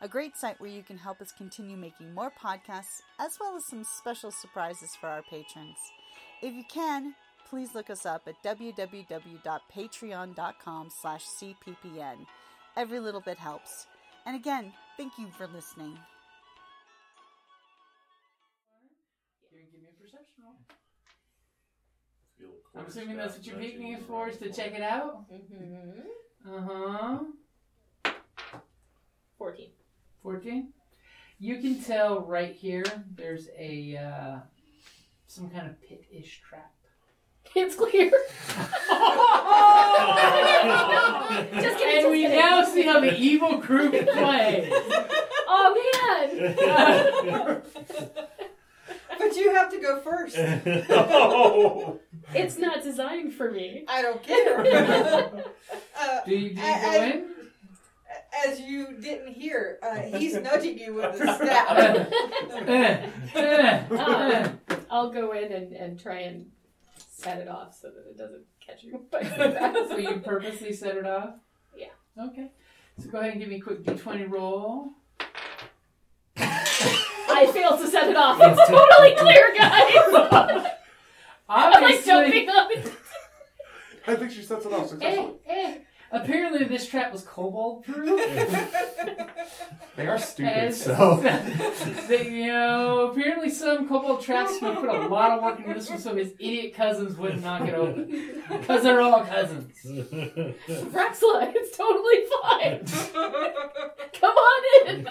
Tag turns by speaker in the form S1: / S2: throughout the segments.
S1: a great site where you can help us continue making more podcasts, as well as some special surprises for our patrons. If you can, please look us up at www.patreon.com slash cppn. Every little bit helps. And again, thank you for listening.
S2: Here, give me a perception roll.
S3: feel the
S2: I'm
S3: cords
S2: assuming that's what you're
S3: nudging
S2: picking it
S3: you
S2: for,
S3: around
S2: is
S3: the
S2: to check
S3: corner.
S2: it out. Uh huh.
S4: 14.
S2: 14. You can tell right here there's a uh, some kind of pit ish trap.
S4: It's clear. Just kidding.
S2: and
S4: just
S2: we
S4: kidding.
S2: now see how the evil crew plays.
S4: Oh man.
S5: But you have to go first.
S3: oh,
S4: It's not designed for me.
S5: I don't care. uh,
S2: Do you, do you
S5: I-
S2: go
S5: I-
S2: in?
S5: as you didn't hear, uh, he's nudging you with the staff.
S2: Eh, eh, eh.
S4: I'll go in and, and try and set it off so that it doesn't catch you by surprise.
S2: so you purposely set it off?
S4: Yeah.
S2: Okay. So go ahead and give me a quick d20 roll.
S4: I failed to set it off. It's totally clear, guys. I'm like
S2: Obviously,
S4: jumping up. and-
S3: I think she sets it off
S2: eh,
S3: successfully.
S2: eh. apparently this trap was kobold proof.
S6: They are stupid,
S2: As-
S6: so
S2: they, you know, apparently some cobalt traps would put a lot of work into this one, so his idiot cousins would not get over because they're all cousins.
S4: Rexla, it's totally fine. Come on in.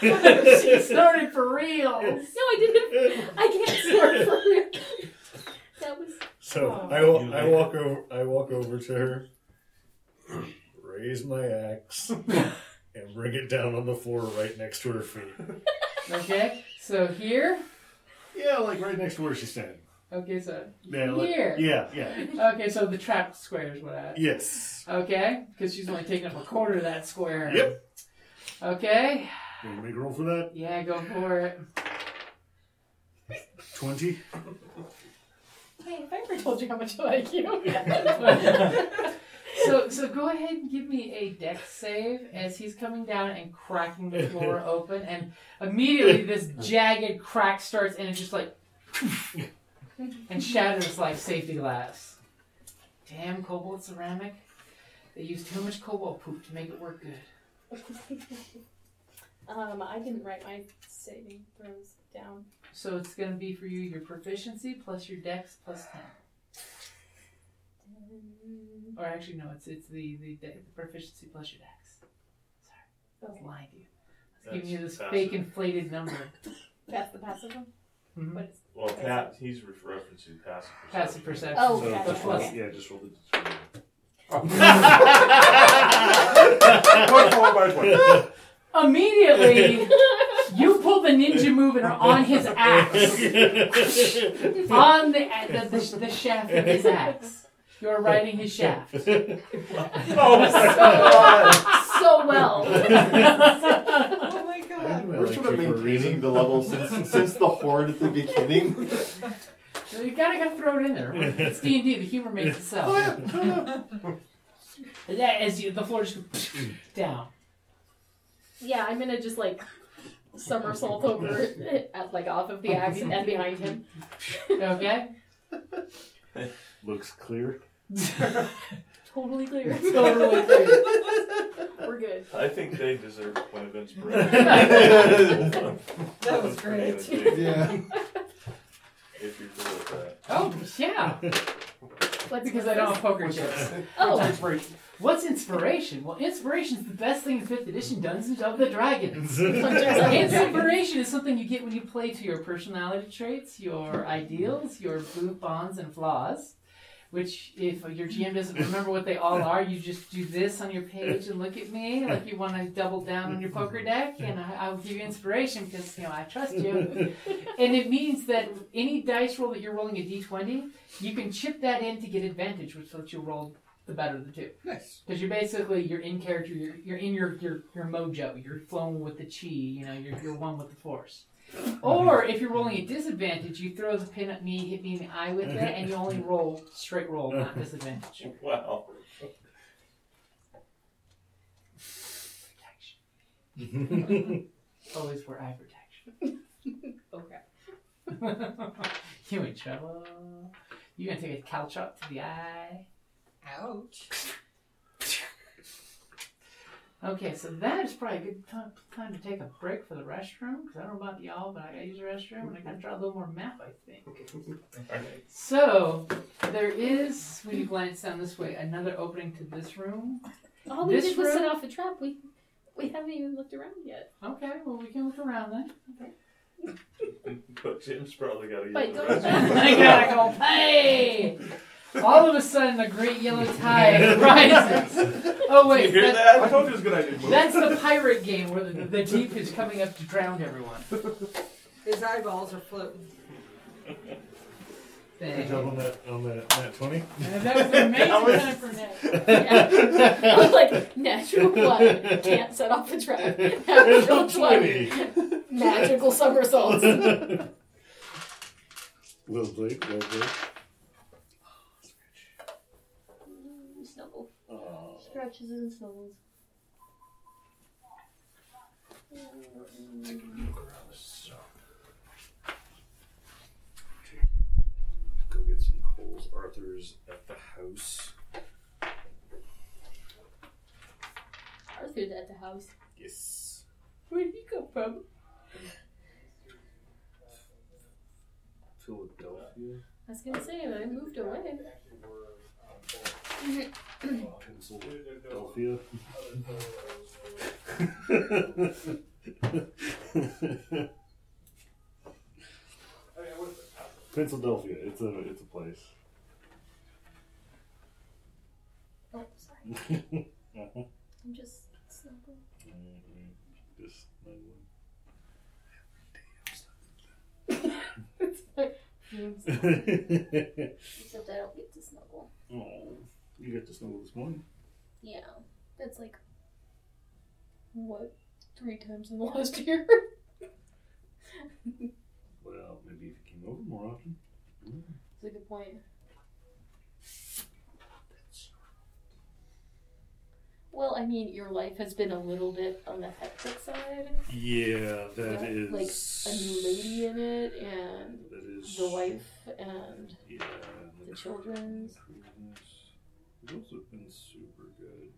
S2: she started for real.
S4: No, I didn't. I can't snort for real. That was
S7: So
S4: Oh.
S7: I, wa- I walk over. I walk over to her, raise my axe, and bring it down on the floor right next to her feet.
S2: Okay, so here.
S7: Yeah, like right next to where she's standing.
S2: Okay, so
S7: Yeah, like-
S2: Here.
S7: yeah, yeah.
S2: okay, so the trap square is what I.
S7: Yes.
S2: Okay, because she's only taking up a quarter of that square.
S7: Yep.
S2: Okay.
S7: You wanna make a roll for that.
S2: Yeah, go for it.
S7: Twenty.
S4: Hey, have I ever told you how much I like you?
S2: so so go ahead and give me a deck save as he's coming down and cracking the floor open and immediately this jagged crack starts and it's just like and shatters like safety glass. Damn cobalt ceramic. They use too much cobalt poop to make it work good.
S4: um, I didn't write my saving throws down.
S2: So it's gonna be for you your proficiency plus your dex plus ten. Or actually no, it's it's the the, de- the proficiency plus your dex. Sorry, I was lying to you. I was giving you this
S3: That's
S2: fake
S3: passive.
S2: inflated number.
S4: That's the passive one.
S2: Mhm.
S4: What is
S3: Well, Pat, he's referencing passive perception.
S2: Passive perception.
S4: Oh,
S7: So
S4: gotcha.
S7: just roll-
S4: okay.
S7: yeah, just roll the.
S3: Twenty-four by twenty.
S2: Immediately, you pull the ninja move and are on his axe, on the the, the, the shaft of his axe. You're riding his shaft
S3: Oh my god!
S4: so well.
S5: oh my god.
S6: we're sort of
S7: Electric for a
S6: maintaining
S7: reason.
S6: the level since since the horde at the beginning.
S2: So you kind of got to throw it in there. It's D and D. The humor makes itself. Yeah, as you, the floor just goes down.
S4: yeah, I'm gonna just like somersault over it, at, like off of the axe and behind him.
S2: Okay.
S7: Looks clear.
S4: totally clear.
S2: Totally clear.
S4: We're good.
S3: I think they deserve a point of inspiration.
S5: That was great.
S3: If you're cool
S6: yeah.
S3: with that.
S2: Oh, yeah.
S4: Let's
S2: Because I don't have poker chips.
S4: Oh,
S2: What's inspiration? Well, inspiration's the best thing in 5th edition Dungeons of the Dragons.
S4: Dungeons
S2: Inspiration is something you get when you play to your personality traits, your ideals, your blue bonds and flaws. Which, if your GM doesn't remember what they all are, you just do this on your page and look at me like you want to double down on your poker deck, and I, I will give you inspiration because you know I trust you. and it means that any dice roll that you're rolling a d20, you can chip that in to get advantage, which lets you roll the better of the two.
S8: Nice.
S2: Because you're basically you're in character, you're, you're in your, your your mojo, you're flowing with the chi, you know, you're, you're one with the force. Or if you're rolling at disadvantage, you throw the pin at me, hit me in the eye with it, and you only roll straight roll, not disadvantage.
S3: Wow.
S2: Protection. Always wear eye protection.
S4: okay.
S2: you in trouble. You're gonna take a cal shot to the eye.
S5: Ouch.
S2: Okay, so that is probably a good time, time to take a break for the restroom, because I don't know about y'all, but I gotta use the restroom, and I gotta draw a little more map, I think. So, there is, when you glance down this way, another opening to this room.
S4: All we
S2: This
S4: did was
S2: room-
S4: set off a trap. We we haven't even looked around yet.
S2: Okay, well, we can look around then.
S3: But Jim's probably got to use
S4: Wait,
S3: the
S4: don't-
S3: restroom.
S2: I gotta go pay! All of a sudden, a great yellow tide rises. Oh,
S3: You
S2: wait,
S3: hear
S2: that-
S3: that? I told you it was a good idea.
S2: that's the pirate game where the, the deep is coming up to drown everyone.
S5: His eyeballs are floating.
S7: Good
S2: Thank
S7: job
S2: you.
S7: on that on that nat twenty.
S2: And that was an amazing
S7: That was-
S2: time for Nick.
S4: Yeah. I was like, natural one can't set off a trap. Natural
S7: Natural
S4: twenty. Magical somersaults.
S7: Lovely, lovely.
S4: Snubble.
S7: Oh,
S4: Scratches and snubbles.
S7: go get some Coles Arthur's at the house.
S4: Arthur's at the house.
S7: Yes.
S4: Where'd he come from?
S7: Philadelphia,
S4: I was gonna say, I moved away.
S7: Pennsylvania. Pennsylvania. It's a it's a place.
S4: Oh, sorry. I'm just snuggling.
S7: Just snuggling.
S4: Except I don't get to snuggle.
S7: oh, you got to snuggle this morning.
S4: Yeah. That's like, what, three times in the last year?
S7: Well, maybe if you came over more often.
S4: That's a good point. Well, I mean, your life has been a little bit on the hectic side.
S7: Yeah, that is
S4: Like, A new lady in it, and
S7: That is
S4: the wife, and
S7: Yeah,
S4: the children's.
S7: Those have been super good.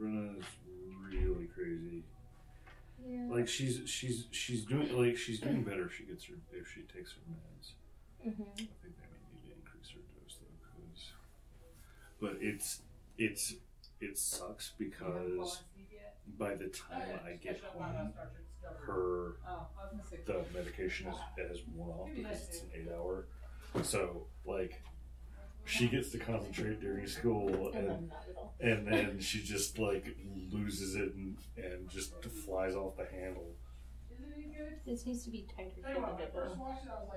S7: Brenna is really crazy.
S4: Yeah.
S7: Like she's she's she's doing like she's doing better if she gets her if she takes her meds.
S4: Mm-hmm.
S7: I think they may need to increase her dose though, 'cause- But it's it's it sucks because by the time I get home, her the medication is, has worn off because it's an eight hour. So like, she gets to concentrate during school,
S4: And
S7: and
S2: Uh-huh.
S4: then not at all.
S7: and then she just like loses it and, and just flies off the handle.
S4: This needs to be tighter fitted at all.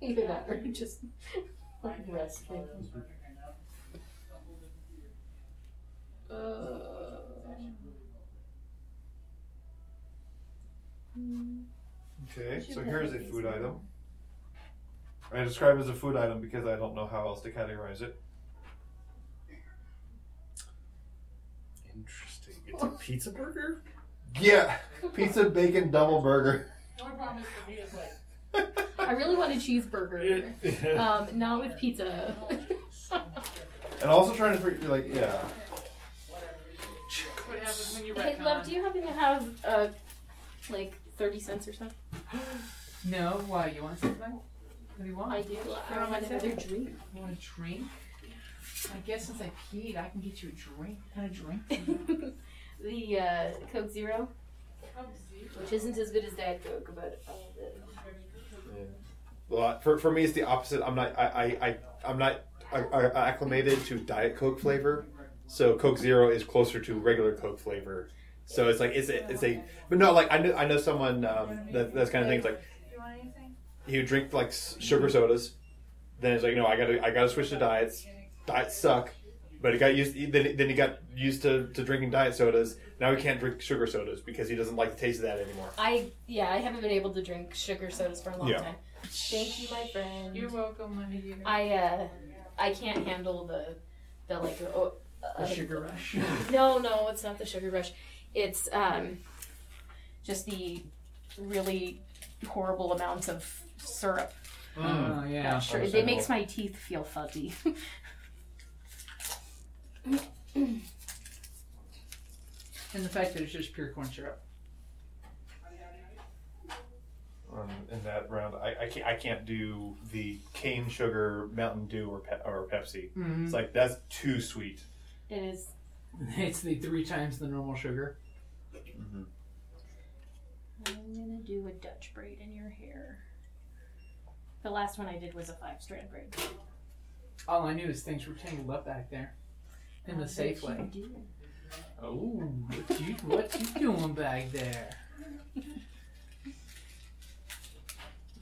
S4: Either that or just like rest. it. Uh, mm,
S8: Okay, so here's a food item. I describe it as a food item because I don't know how else to categorize it.
S7: Interesting. It's a pizza burger.
S8: Yeah, pizza, bacon, double burger.
S4: Uh, I really want a cheeseburger. Um, not with pizza.
S8: And also trying to figure, like, yeah.
S2: What happens when you
S4: hey, love, do you happen to have uh, like thirty cents or something?
S2: No, why? You want something? What do you want?
S4: I do. I
S2: don't
S4: want
S2: want
S4: another drink.
S2: You want a drink? I guess since I peed, I can get you a drink. What kind of drink?
S4: the uh, Coke Zero, which isn't as good as Diet Coke, but uh, the-
S8: Well, for, for me, it's the opposite. I'm not. I. I. I I'm not I, I, acclimated to diet Coke flavor, so Coke Zero is closer to regular Coke flavor. So it's like it's a. It's a. But no, like I know. I know someone um, that that's kind of thing. It's like
S5: you want anything?
S8: he would drink like s- sugar sodas, then it's like no, I gotta. I gotta switch to diets. Diets suck. But he got used. Then, then he got used to, to drinking diet sodas. Now he can't drink sugar sodas because he doesn't like the taste of that anymore.
S4: I yeah, I haven't been able to drink sugar sodas for a long
S8: Yeah.
S4: time. Thank you, my friend.
S2: You're welcome, my dear.
S4: I uh, I can't handle the the like oh,
S2: A
S4: uh,
S2: sugar rush.
S4: No, no, it's not the sugar rush. It's um, just the really horrible amounts of syrup.
S2: Oh, yeah.
S4: Sure, it makes my teeth feel fuzzy.
S2: And the fact that it's just pure corn syrup.
S8: um, in that round. I, I, can't, I can't do the cane sugar Mountain Dew or, pe- or Pepsi.
S2: Mm-hmm.
S8: It's like that's too sweet.
S4: it is.
S2: It's the three times the normal sugar.
S4: I'm gonna do a Dutch braid in your hair. The last one I did was a five strand braid.
S2: All I knew is things were tangled up back there. In the safe
S4: What
S2: way.
S4: you doing?
S2: Oh, what you, what you doing back there?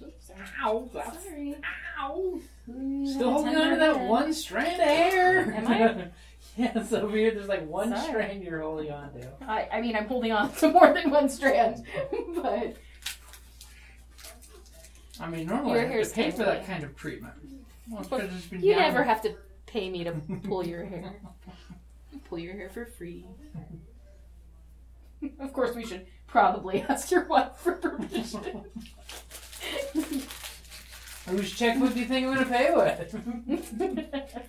S4: Oops,
S2: Ow,
S4: I'm
S2: that's-
S4: sorry.
S2: ow.
S4: have a
S2: Still holding on to
S4: tender
S2: that
S4: head.
S2: one strand of hair.
S4: Am I?
S2: yeah, so weird. There's like one
S4: Sorry.
S2: strand you're holding on to.
S4: I, I mean, I'm holding on to more than one strand, but
S2: I mean, normally
S4: Your
S2: I have
S4: hair's
S2: to pay for that
S4: tingly.
S2: kind of treatment. Well, it could've just been
S4: you
S2: down-
S4: never have to pay me to pull your hair. pull your hair for free. of course, we should probably ask your wife for permission.
S2: We should check what you think I'm gonna pay with.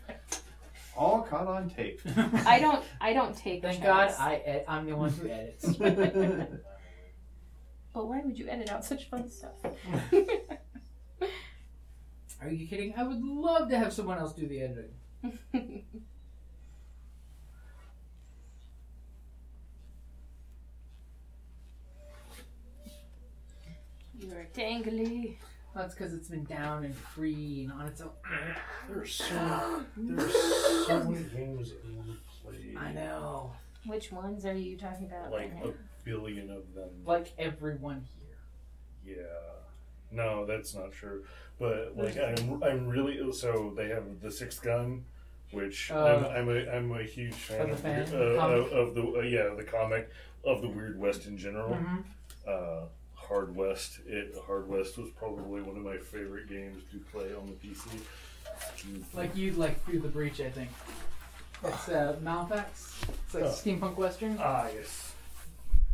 S8: All caught on tape.
S4: I don't. I don't take.
S2: Thank God
S4: checks.
S2: I ed- I'm the one who edits.
S4: But why would you edit out such fun stuff?
S2: Are you kidding? I would love to have someone else do the editing.
S4: You're dangly.
S2: That's because it's been down and free and on its own. There's so there's
S7: So many games that I want to play.
S2: I know.
S4: Which ones are you talking about?
S7: Like
S4: right
S7: a
S4: now?
S7: billion of them.
S2: Like everyone here.
S7: Yeah. No, that's not true. But like, I'm I'm really so they have the sixth gun, which
S2: Oh.
S7: I'm, I'm a I'm a huge fan
S2: Of
S7: of,
S2: the fan?
S7: uh,
S2: Comic?
S7: of, of the uh, yeah the comic of the Weird West in general.
S2: Mhm.
S7: Uh, Hard West. It Hard West was probably one of my favorite games to play on the PC.
S2: Like you like through the breach, I think. It's uh, Malfax. It's like
S7: Oh.
S2: steampunk western
S7: ah yes.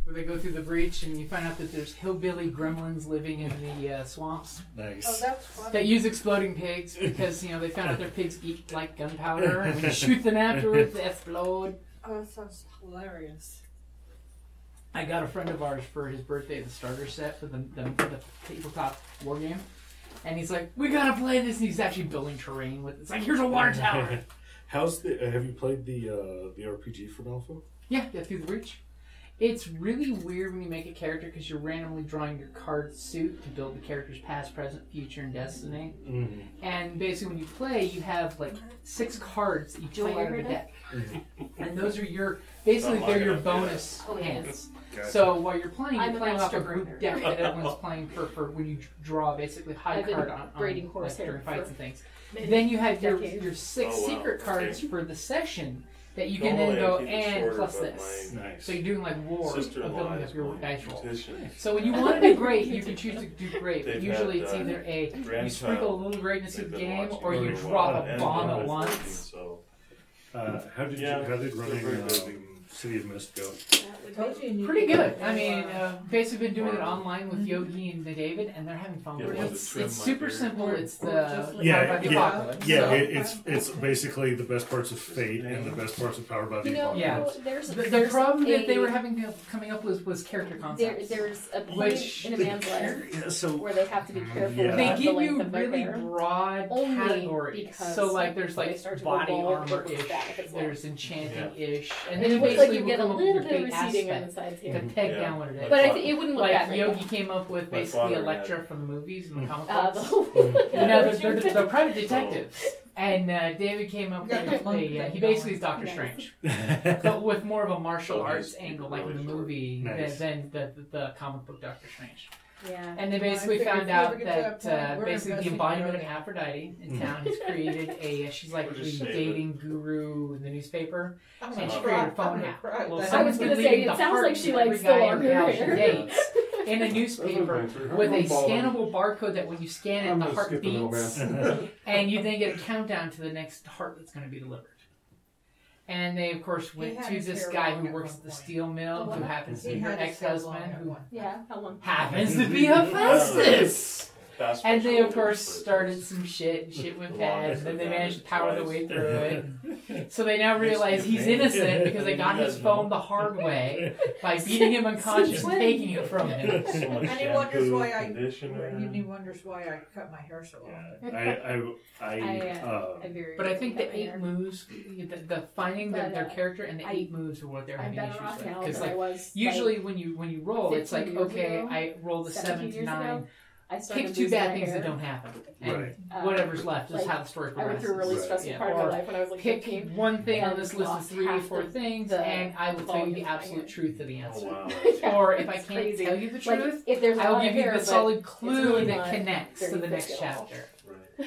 S2: where they go through the breach and you find out that there's hillbilly gremlins living in the uh, swamps
S7: Nice.
S5: Oh, that's funny.
S2: that use exploding pigs because you know they found out their pigs eat like gunpowder and when you shoot them afterwards they explode.
S5: oh, that sounds hilarious.
S2: I got a friend of ours for his birthday the starter set for the, the, the tabletop war game. And he's like, we gotta play this. And he's actually building terrain with. It's like, here's a water tower.
S7: How's the? Have you played the uh, the RPG from Alpha?
S2: yeah, yeah, through the breach. It's really weird when you make a character because you're randomly drawing your card suit to build the character's past, present, future, and destiny.
S7: Mm.
S2: And basically, when you play, you have like six cards that you
S4: Do I
S2: pull out of
S4: ever
S2: the
S4: know?
S2: deck, and those are your basically
S7: Not
S2: they're
S7: long
S2: your
S7: enough, yeah.
S2: bonus
S4: Oh, yeah.
S2: hands.
S7: Gotcha.
S2: So while you're playing, you're
S4: I'm a
S2: playing off a
S4: master
S2: group
S4: breeder.
S2: deck that everyone's playing for, for when you draw basically high
S4: I've been
S2: card on, on
S4: braiding
S2: like,
S4: horse hair
S2: during fights
S4: for
S2: and things.
S4: many
S2: Then you have your,
S4: decades.
S2: your six
S3: Oh, wow.
S2: secret cards
S3: Okay.
S2: for the session that you can then
S3: Normally I
S2: go
S3: keep it
S2: and
S3: shorter,
S2: plus
S3: but
S2: this.
S3: my
S7: nice.
S2: So you're doing like war of
S3: sister-in-law
S2: building
S3: is
S2: up your
S3: my
S2: dice roll.
S3: beautician.
S2: So when you want to do great, you can choose to do great. But
S3: They've
S2: usually
S3: had,
S2: it's
S3: uh,
S2: either a you
S3: grandchild
S2: sprinkle a little greatness
S3: They've
S2: with the
S3: been
S2: game,
S3: watching
S2: or you
S7: really
S3: for
S2: drop
S7: well.
S2: a
S3: while, and
S2: bomb
S3: they're always
S2: at once.
S3: thinking, So
S7: Uh, how did you?
S3: Yeah,
S7: How did
S3: they're
S7: running
S3: very
S7: um,
S3: busy.
S7: City of Mystico.
S5: Told you you
S2: Pretty
S5: could
S2: good.
S5: do
S2: I
S5: a-
S2: mean, uh, basically been doing it
S3: Wow.
S2: online with Yogi and the David, and they're having fun
S3: Yeah,
S2: with
S3: one
S2: it.
S3: to
S2: It's,
S3: trim
S2: it's
S3: my
S2: super
S3: beard.
S2: simple. It's
S5: Or
S2: the
S5: just like
S7: Yeah,
S5: Powered by the
S7: yeah,
S5: Apocalypse.
S7: Yeah,
S2: So-
S7: it, it's it's basically the best parts of Fate and the best parts of Power by the
S4: You know,
S2: Yeah.
S7: Apocalypse.
S4: there's
S2: the, the
S4: there's
S2: problem
S4: a-
S2: that they were having coming up with was character
S4: there,
S2: concepts.
S4: there's a point
S2: Which
S4: in a
S7: The
S4: man's life
S7: char- yeah, so
S4: where they have to be careful.
S7: Yeah.
S4: about
S2: they
S4: the
S2: give
S4: length
S2: you
S4: of their
S2: really
S4: hair.
S2: broad
S4: Only
S2: categories.
S4: because
S2: So like there's
S4: they
S2: like
S4: start to go
S2: body
S4: bald or
S2: armor ish,
S4: it's back, it's long.
S2: there's enchanting ish,
S4: And
S2: and then
S4: it
S2: it
S4: looks like
S2: basically
S4: you get a
S2: will come up
S4: little
S2: with your
S4: bit of
S2: big
S4: receding on the
S2: aspect
S4: sides
S2: to
S4: here.
S2: peg
S3: Yeah.
S2: down what it is.
S4: But I th- it wouldn't look
S2: like
S4: bad right
S2: Yogi
S4: now.
S2: came up with
S3: My
S2: basically
S3: father had
S2: Electra from the movies and the comic
S4: Uh,
S2: books.
S4: the-
S2: you know, they're, they're, they're private detectives. And uh, David came up
S5: Yeah,
S2: with a, uh, he basically is Doctor
S4: Nice.
S2: Strange, but with more of a martial
S3: Oh, he's-
S2: arts
S3: he's
S2: angle, like in the
S3: really short.
S2: movie,
S7: Nice.
S2: than, than the, the, the comic book Doctor Strange.
S4: yeah.
S2: And they
S5: Well, I
S2: basically
S5: think if
S2: found
S5: we ever
S2: out
S5: get to
S2: that
S5: that
S2: uh,
S5: point, we're
S2: basically the
S5: investing
S2: embodiment of
S5: in Mm-hmm.
S2: Aphrodite in
S7: Mm.
S2: town has created a she's like
S3: We're
S2: the
S3: just saying
S2: dating guru in the newspaper.
S5: I'm
S2: And
S5: gonna
S2: she
S5: cry.
S2: created a phone
S5: Oh I'm gonna
S2: app.
S5: cry.
S2: Well,
S5: That's-
S4: I was
S2: someone's
S4: gonna
S2: been
S4: say,
S2: leading
S4: it
S2: the
S4: sounds
S2: heart
S4: like she
S2: to every
S4: likes
S2: guy
S4: the
S2: in
S4: longer
S2: town she
S4: hair.
S2: dates in a newspaper with a scannable barcode that when you scan it,
S6: I'm
S2: the
S6: gonna
S2: heart
S6: skip the romance.
S2: beats, and you then get a countdown to the next heart that's going to be delivered. And they, of course, went
S5: had
S2: to
S5: his
S2: this
S5: hair
S2: guy
S5: long
S2: who
S5: at
S2: works
S5: one
S2: at the
S5: point.
S2: steel mill,
S4: The
S2: who
S4: what?
S2: happens to
S5: He
S2: be her
S5: had his hair long
S2: ex-husband,
S5: at
S2: who
S5: one point.
S4: Yeah, how long?
S2: happens to be Hephaestus.
S3: Fast
S2: And they, of
S3: forward
S2: course,
S3: to the
S2: started some shit, and shit went bad, and then they managed to power their way through it.
S7: it.
S2: So they now realize he's innocent because they got his phone the hard way by beating him unconscious and taking it from him.
S3: So much
S5: And he wonders
S3: shampoo,
S5: why I- And he
S3: conditioner.
S5: wonders why I cut my hair so long.
S7: Yeah, I, I, I,
S4: I,
S7: uh,
S4: I very
S2: But I
S4: rarely
S2: think
S4: cut
S2: the
S4: my
S2: eight
S4: hair.
S2: moves, the, the finding their, their character and the
S4: I-
S2: eight moves are what they're
S4: I'm
S2: having
S4: better
S2: issues
S4: off
S2: with.
S4: now
S2: Because,
S4: than I
S2: like,
S4: was.
S2: usually when you when you roll, it's
S4: 15
S2: like,
S4: years
S2: okay,
S4: ago,
S2: I roll the
S4: 17
S2: seven to
S4: years ago,
S2: nine.
S4: like, I started
S2: Pick two
S4: losing
S2: bad
S4: my
S2: things
S4: hair.
S2: that don't happen.
S7: Right.
S2: And
S4: Uh,
S2: whatever is left is
S4: like,
S2: how the story
S4: I went
S2: progresses.
S4: through a really
S7: Right.
S4: stressful
S2: Yeah.
S4: part of my
S2: Or
S4: life when I was like
S2: pick
S4: 15.
S2: one thing on
S4: and
S2: this list of
S4: lost
S2: three or
S4: half
S2: four
S4: the-
S2: things,
S4: the
S2: and I will tell you the
S4: volume of my
S2: absolute
S4: hair.
S2: truth of the
S3: Oh,
S2: answer.
S3: wow.
S4: Yeah,
S2: or if I
S4: it's
S2: can't
S4: crazy.
S2: tell you the
S4: Like,
S2: truth,
S4: if there's a
S2: I'll
S4: lot
S2: give
S4: of
S2: you
S4: hair,
S2: the
S4: but
S2: solid clue
S4: really
S2: that
S4: not
S2: connects to
S4: very
S2: the next
S4: thick at all.
S2: chapter.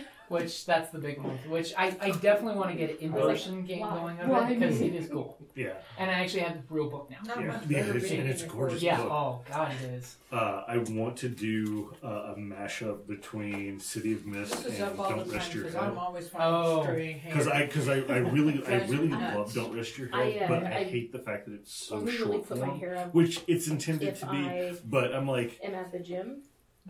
S3: Right.
S2: Which that's the big one. Which I, I definitely want to get an in person game
S4: why?
S2: going on
S4: Why
S2: it because
S4: me?
S2: it is cool.
S7: yeah,
S2: And I actually have the real book now.
S5: Not
S7: Yeah.
S5: much
S7: Yeah,
S5: better
S7: it's-
S5: being
S7: and it's
S5: in the
S7: gorgeous.
S2: Yeah.
S7: book.
S2: Oh god, it is.
S7: uh, I want to do uh, a mashup between City of Mist
S5: This is
S7: and
S5: up all
S7: Don't
S5: the time
S7: Rest Your
S5: because
S7: Head.
S5: I'm always
S2: Oh.
S5: finding string hair.
S7: Because I, because I, I really, I
S5: That's
S7: really
S4: nuts.
S7: love Don't Rest Your
S4: I,
S7: Head,
S4: uh,
S7: but I,
S4: I
S7: hate the fact that it's so
S4: only really
S7: short
S4: put my
S7: form,
S4: hair up
S7: which it's intended
S4: if
S7: to be.
S4: I
S7: But I'm like,
S4: am at the gym.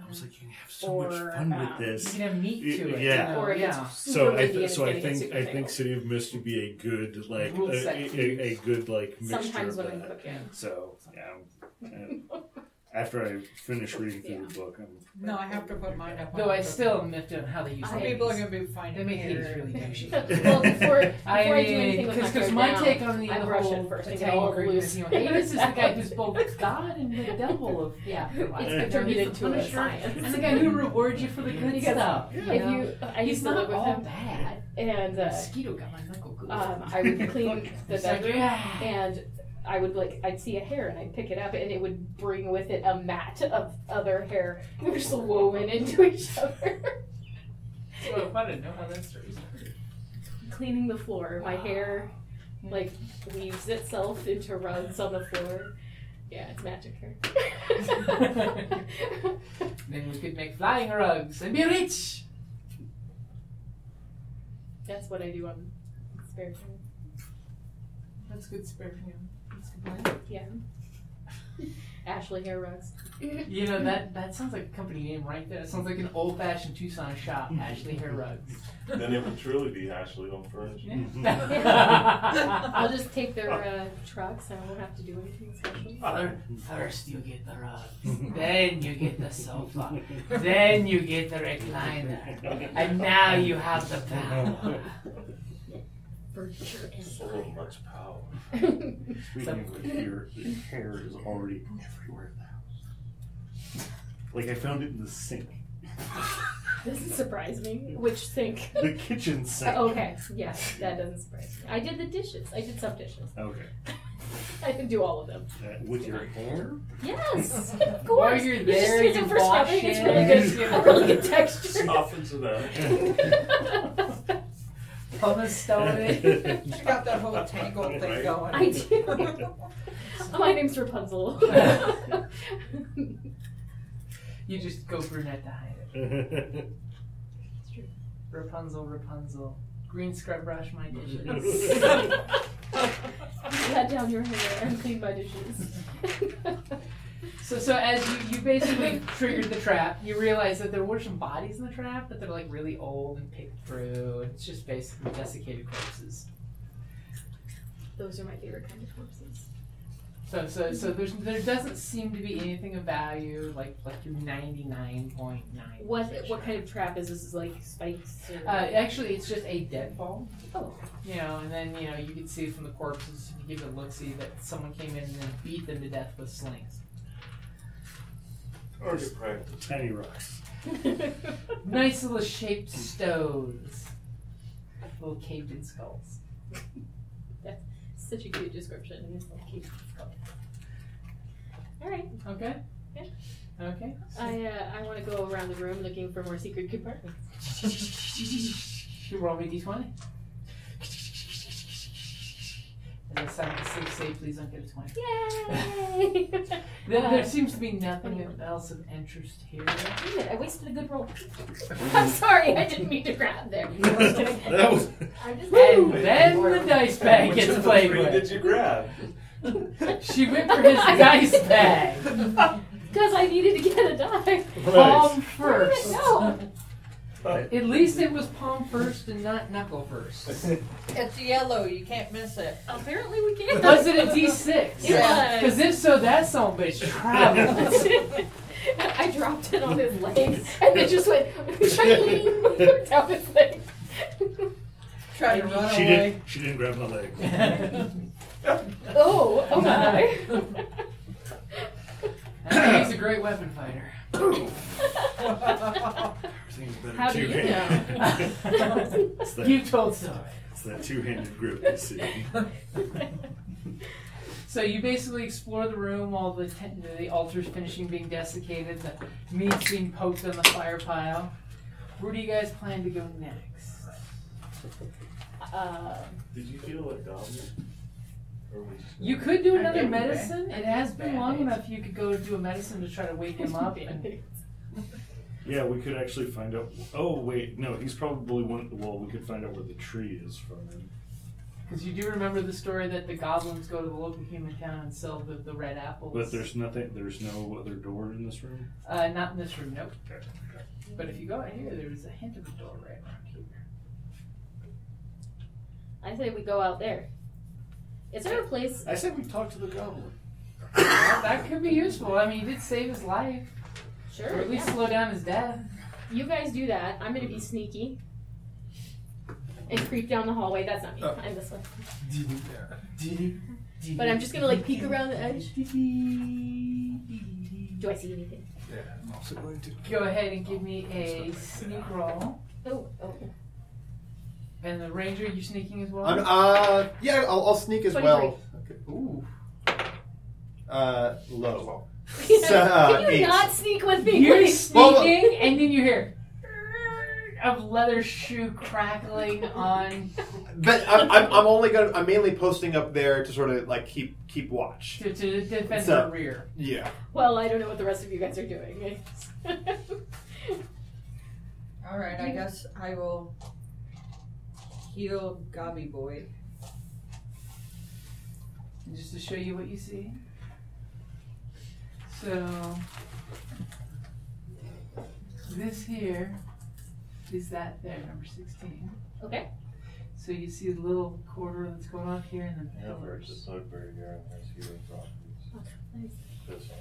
S7: I was like, you can have so much
S4: Or,
S7: fun
S4: um,
S7: with
S2: You
S7: this.
S2: can have meat to it.
S7: Yeah.
S2: you know,
S4: Or if it's
S2: yeah.
S7: So
S4: super
S7: I,
S4: wavy
S7: th-
S4: and it's
S7: so I
S4: getting
S7: think,
S4: super
S7: I think
S4: tangled.
S7: City of Mist would be a good like
S2: Rule
S7: a,
S2: set
S7: a, a good like mixture
S4: sometimes
S7: of
S4: when I'm
S7: that.
S4: cooking.
S7: So yeah, I'm- I'm- after I finish reading through the book, I'm
S5: No, I have to put mine up.
S2: Though I still am miffed at how they use
S4: I-
S5: People are
S2: babies.
S5: gonna be
S2: They
S5: finding
S2: make
S5: hair.
S2: things really douchey.
S4: Well, before, before I, do anything with my
S2: because
S4: hair
S2: my
S4: now,
S2: take on the
S4: I brush
S2: whole
S4: it first and get all
S2: Pythagorean
S4: loose.
S2: is, you know, Hades is the guy who's both God and the devil of yeah.
S4: it's
S7: Yeah.
S4: contributed
S2: He's
S4: to
S2: the
S4: a
S2: Punisher,
S4: science.
S2: And the guy who rewards you for the good
S4: Because
S2: stuff. you
S4: If
S2: know?
S4: you, I
S2: he's
S4: used to live
S2: not
S4: with
S2: all
S4: him,
S2: bad.
S4: and uh,
S2: mosquito got my knuckle good.
S4: um, I would clean the
S2: It's like,
S4: bedroom,
S2: yeah.
S4: and I would like I'd see a hair and I'd pick it up, and it would bring with it a mat of other hair. They were just woven into each other.
S2: Well, if I didn't know how that story started.
S4: Cleaning the floor, my hair like weaves itself into rugs on the floor. Yeah, it's magic hair.
S2: Then we could make flying rugs and be rich.
S4: That's what I do on spare time.
S2: That's good spare him. That's good plan.
S4: Yeah. Ashley hair rugs.
S2: You know that that sounds like a company name right there. It sounds like an old fashioned Tucson shop, Ashley Hair Rugs.
S3: Then it would truly be Ashley Home Furniture.
S4: I'll just take their uh, trucks and I won't have to do anything special.
S2: Fir- First you get the rugs, then you get the sofa, then you get the recliner, and now you have the power.
S4: Furniture
S3: So Oh, much power.
S4: and
S7: Speaking of which, your, your hair is already everywhere in the house. Like I found it in the sink,
S4: Doesn't surprise me. Which sink?
S7: the kitchen sink.
S4: okay, yes, that doesn't surprise me. I did the dishes. I did some dishes.
S7: Okay.
S4: I didn't do all of them.
S7: That- with your hair.
S4: Yes, of course.
S2: While you're
S4: You
S2: there,
S4: just use
S2: you
S4: it for
S2: wash
S4: scrubbing. It's really
S2: it.
S7: You
S4: good. A really good
S3: Soften to that.
S4: texture.
S2: Pumice stone.
S7: That's
S5: She got that whole tangle thing
S3: Right.
S5: going.
S4: I do. Oh, My name's Rapunzel.
S2: You just go brunette to hide it. Rapunzel, Rapunzel, green scrub brush my dishes.
S4: let down your hair and clean my dishes.
S2: So, so as you, you basically triggered the trap, you realize that there were some bodies in the trap, but they're like really old and picked through. and It's just basically desiccated corpses.
S4: Those are my favorite kind of corpses.
S2: So, so, so there's, there doesn't seem to be anything of value, like like your ninety nine point nine.
S4: What what kind of trap is this? Is like spikes? Or...
S2: Uh, actually, it's just a deadfall.
S4: Oh.
S2: You know, and then you know you can see from the corpses, if you give it a look, see that someone came in and then beat them to death with slings.
S3: Or get pregnant.
S7: Tiny rocks.
S2: Nice little shaped stones, little caved in skulls.
S4: Such a cute description. It's like cute. All right,
S2: Okay.
S4: Yeah.
S2: Okay.
S4: I uh, I want to go around the room looking for more secret compartments.
S2: You roll me d20. As I sound to sleep safe, please don't get a 20.
S4: Yay!
S2: There, there
S4: Uh,
S2: seems to be nothing
S4: twenty-one.
S2: else of interest here.
S4: Damn it, I wasted a good roll. I'm sorry, I didn't mean to grab there.
S7: That was
S5: I'm just
S2: And then the dice bag
S3: Which
S2: gets
S3: of the
S2: played
S3: three
S2: with.
S3: Did you grab?
S2: She went for his dice bag.
S4: Because I needed to get a die.
S2: Palm
S4: Damn it,
S2: first.
S4: No.
S2: At least it was palm first and not knuckle first.
S5: It's yellow. You can't miss it.
S4: Apparently we can't.
S2: Was it a d6?
S4: Yeah.
S2: Because if so, that song bitch traveled.
S4: I dropped it on his legs, and it just went chuckling down his leg.
S5: Try to run
S7: she
S5: away.
S7: didn't she didn't grab my leg.
S4: Oh, oh my!
S2: He's a great weapon fighter.
S7: Everything's
S4: How
S7: better
S4: do
S7: two
S4: you
S7: handed. it's
S2: you
S7: that,
S2: told so.
S7: it's that two handed grip you see.
S2: So you basically explore the room while the ten- the altar's finishing being desiccated, the meat's being poked on the fire pile. Where do you guys plan to go next?
S4: Uh,
S3: Did you feel like dominant? Or were just
S2: You could do
S4: I
S2: another
S4: think we may.
S2: medicine. It has been long
S4: Band-Aids.
S2: enough. You could go do a medicine to try to wake him up. And
S7: Yeah, we could actually find out. Oh wait, no, he's probably one. Well, we could find out where the tree is from him.
S2: because you do remember the story that the goblins go to the local human town and sell the, the red apples.
S7: But there's nothing. There's no other door in this room.
S2: uh, not in this room, nope.
S7: Okay.
S2: But if you go out here, there's a hint of a door right around here.
S4: I say we go out there. Is there a place?
S7: I said we talk to the goblin.
S2: Well, that could be useful. I mean, he did save his life, or
S4: Sure.
S2: at least
S4: yeah.
S2: slow down his death.
S4: You guys do that. I'm gonna be sneaky and creep down the hallway. That's not me.
S6: Oh.
S4: I'm this way.
S2: But
S4: But I'm just gonna like peek around the edge. Do I see anything?
S6: Yeah, I'm also going to.
S2: Go ahead and give me a sneak roll.
S4: Oh, oh.
S2: And the ranger, you sneaking as well?
S6: I'm, uh, yeah, I'll, I'll sneak as well. Okay.
S2: Ooh.
S6: Uh, low. So, uh,
S4: Can you
S6: eight.
S4: not sneak with me,
S2: You're
S4: please?
S2: sneaking,
S6: Well,
S2: and then you hear of leather shoe crackling on
S6: But I'm, I'm, I'm only going. to I'm mainly posting up there to sort of like keep keep watch.
S2: to, to defend
S6: So-
S2: the rear.
S6: Yeah.
S4: Well, I don't know what the rest of you guys are doing.
S5: All right. I guess I will heal Gobby Boy.
S2: And just to show you what you see. So this here is that there, number sixteen.
S4: Okay.
S2: So you see the little corridor that's going off here, and the
S3: Yeah, there's a
S2: pillars.
S3: Sudbury here and there's healing properties.
S4: nice.
S3: That's all.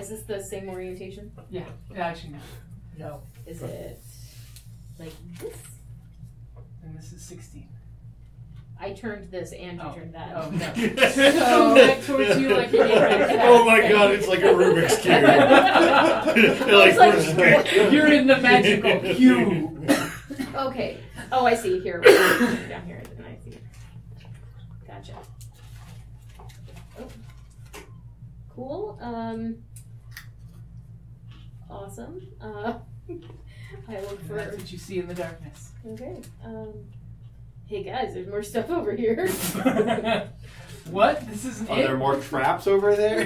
S4: Is this the same orientation?
S2: Yeah, actually no.
S4: No. Is it like this?
S2: And this is sixteen.
S4: I turned this and you
S2: Oh.
S4: turned that.
S2: Oh no. So back towards you like an eight.
S7: oh my god, it's like a Rubik's cube.
S4: It's like-
S2: You're in the magical cube.
S4: Okay. Oh, I see. Here, down here, and I see. Gotcha. Oh. Cool. Um. Awesome. Uh, I look
S2: And
S4: for.
S2: that's what you see in the darkness.
S4: Okay. Um. Hey guys, there's more stuff over here.
S2: what? This isn't
S6: Are
S2: it?
S6: there more traps over there?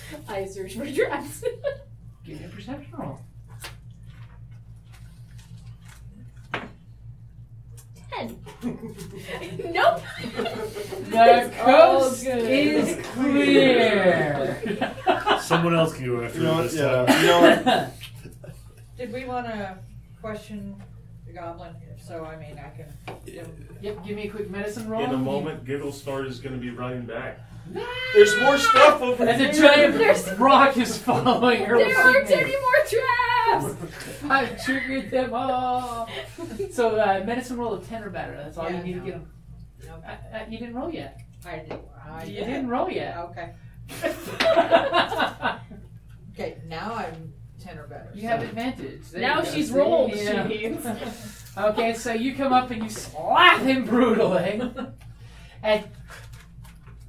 S4: I search for traps.
S2: Give me a perception roll.
S4: Ten. nope.
S2: The
S5: all
S2: coast
S5: good.
S2: is clear.
S7: Someone else can go after
S8: You know
S7: me
S8: what?
S7: this
S8: Yeah.
S7: time.
S8: You know what?
S5: Did we want to question the goblin? If so, I mean, I can.
S2: yep, give me a quick medicine roll.
S9: In a moment, Giggle Star is going to be running back.
S8: There's more stuff over
S2: As
S8: there.
S2: a giant
S4: There's-
S2: rock is following her.
S4: There aren't
S2: with
S4: any more traps!
S2: I triggered them all. So uh, medicine roll of ten or better. That's all you
S5: Yeah,
S2: need
S5: no.
S2: to get. 'em.
S5: No,
S2: Uh, uh, you didn't roll yet.
S5: I did. I
S2: You didn't roll yet.
S5: Okay. Okay. Now I'm ten or better.
S2: you
S5: so-
S2: have advantage. There
S4: now
S2: you go.
S4: she's
S2: See?
S4: rolled,
S2: Yeah.
S4: she means.
S2: Okay, so you come up and you slap him brutally. And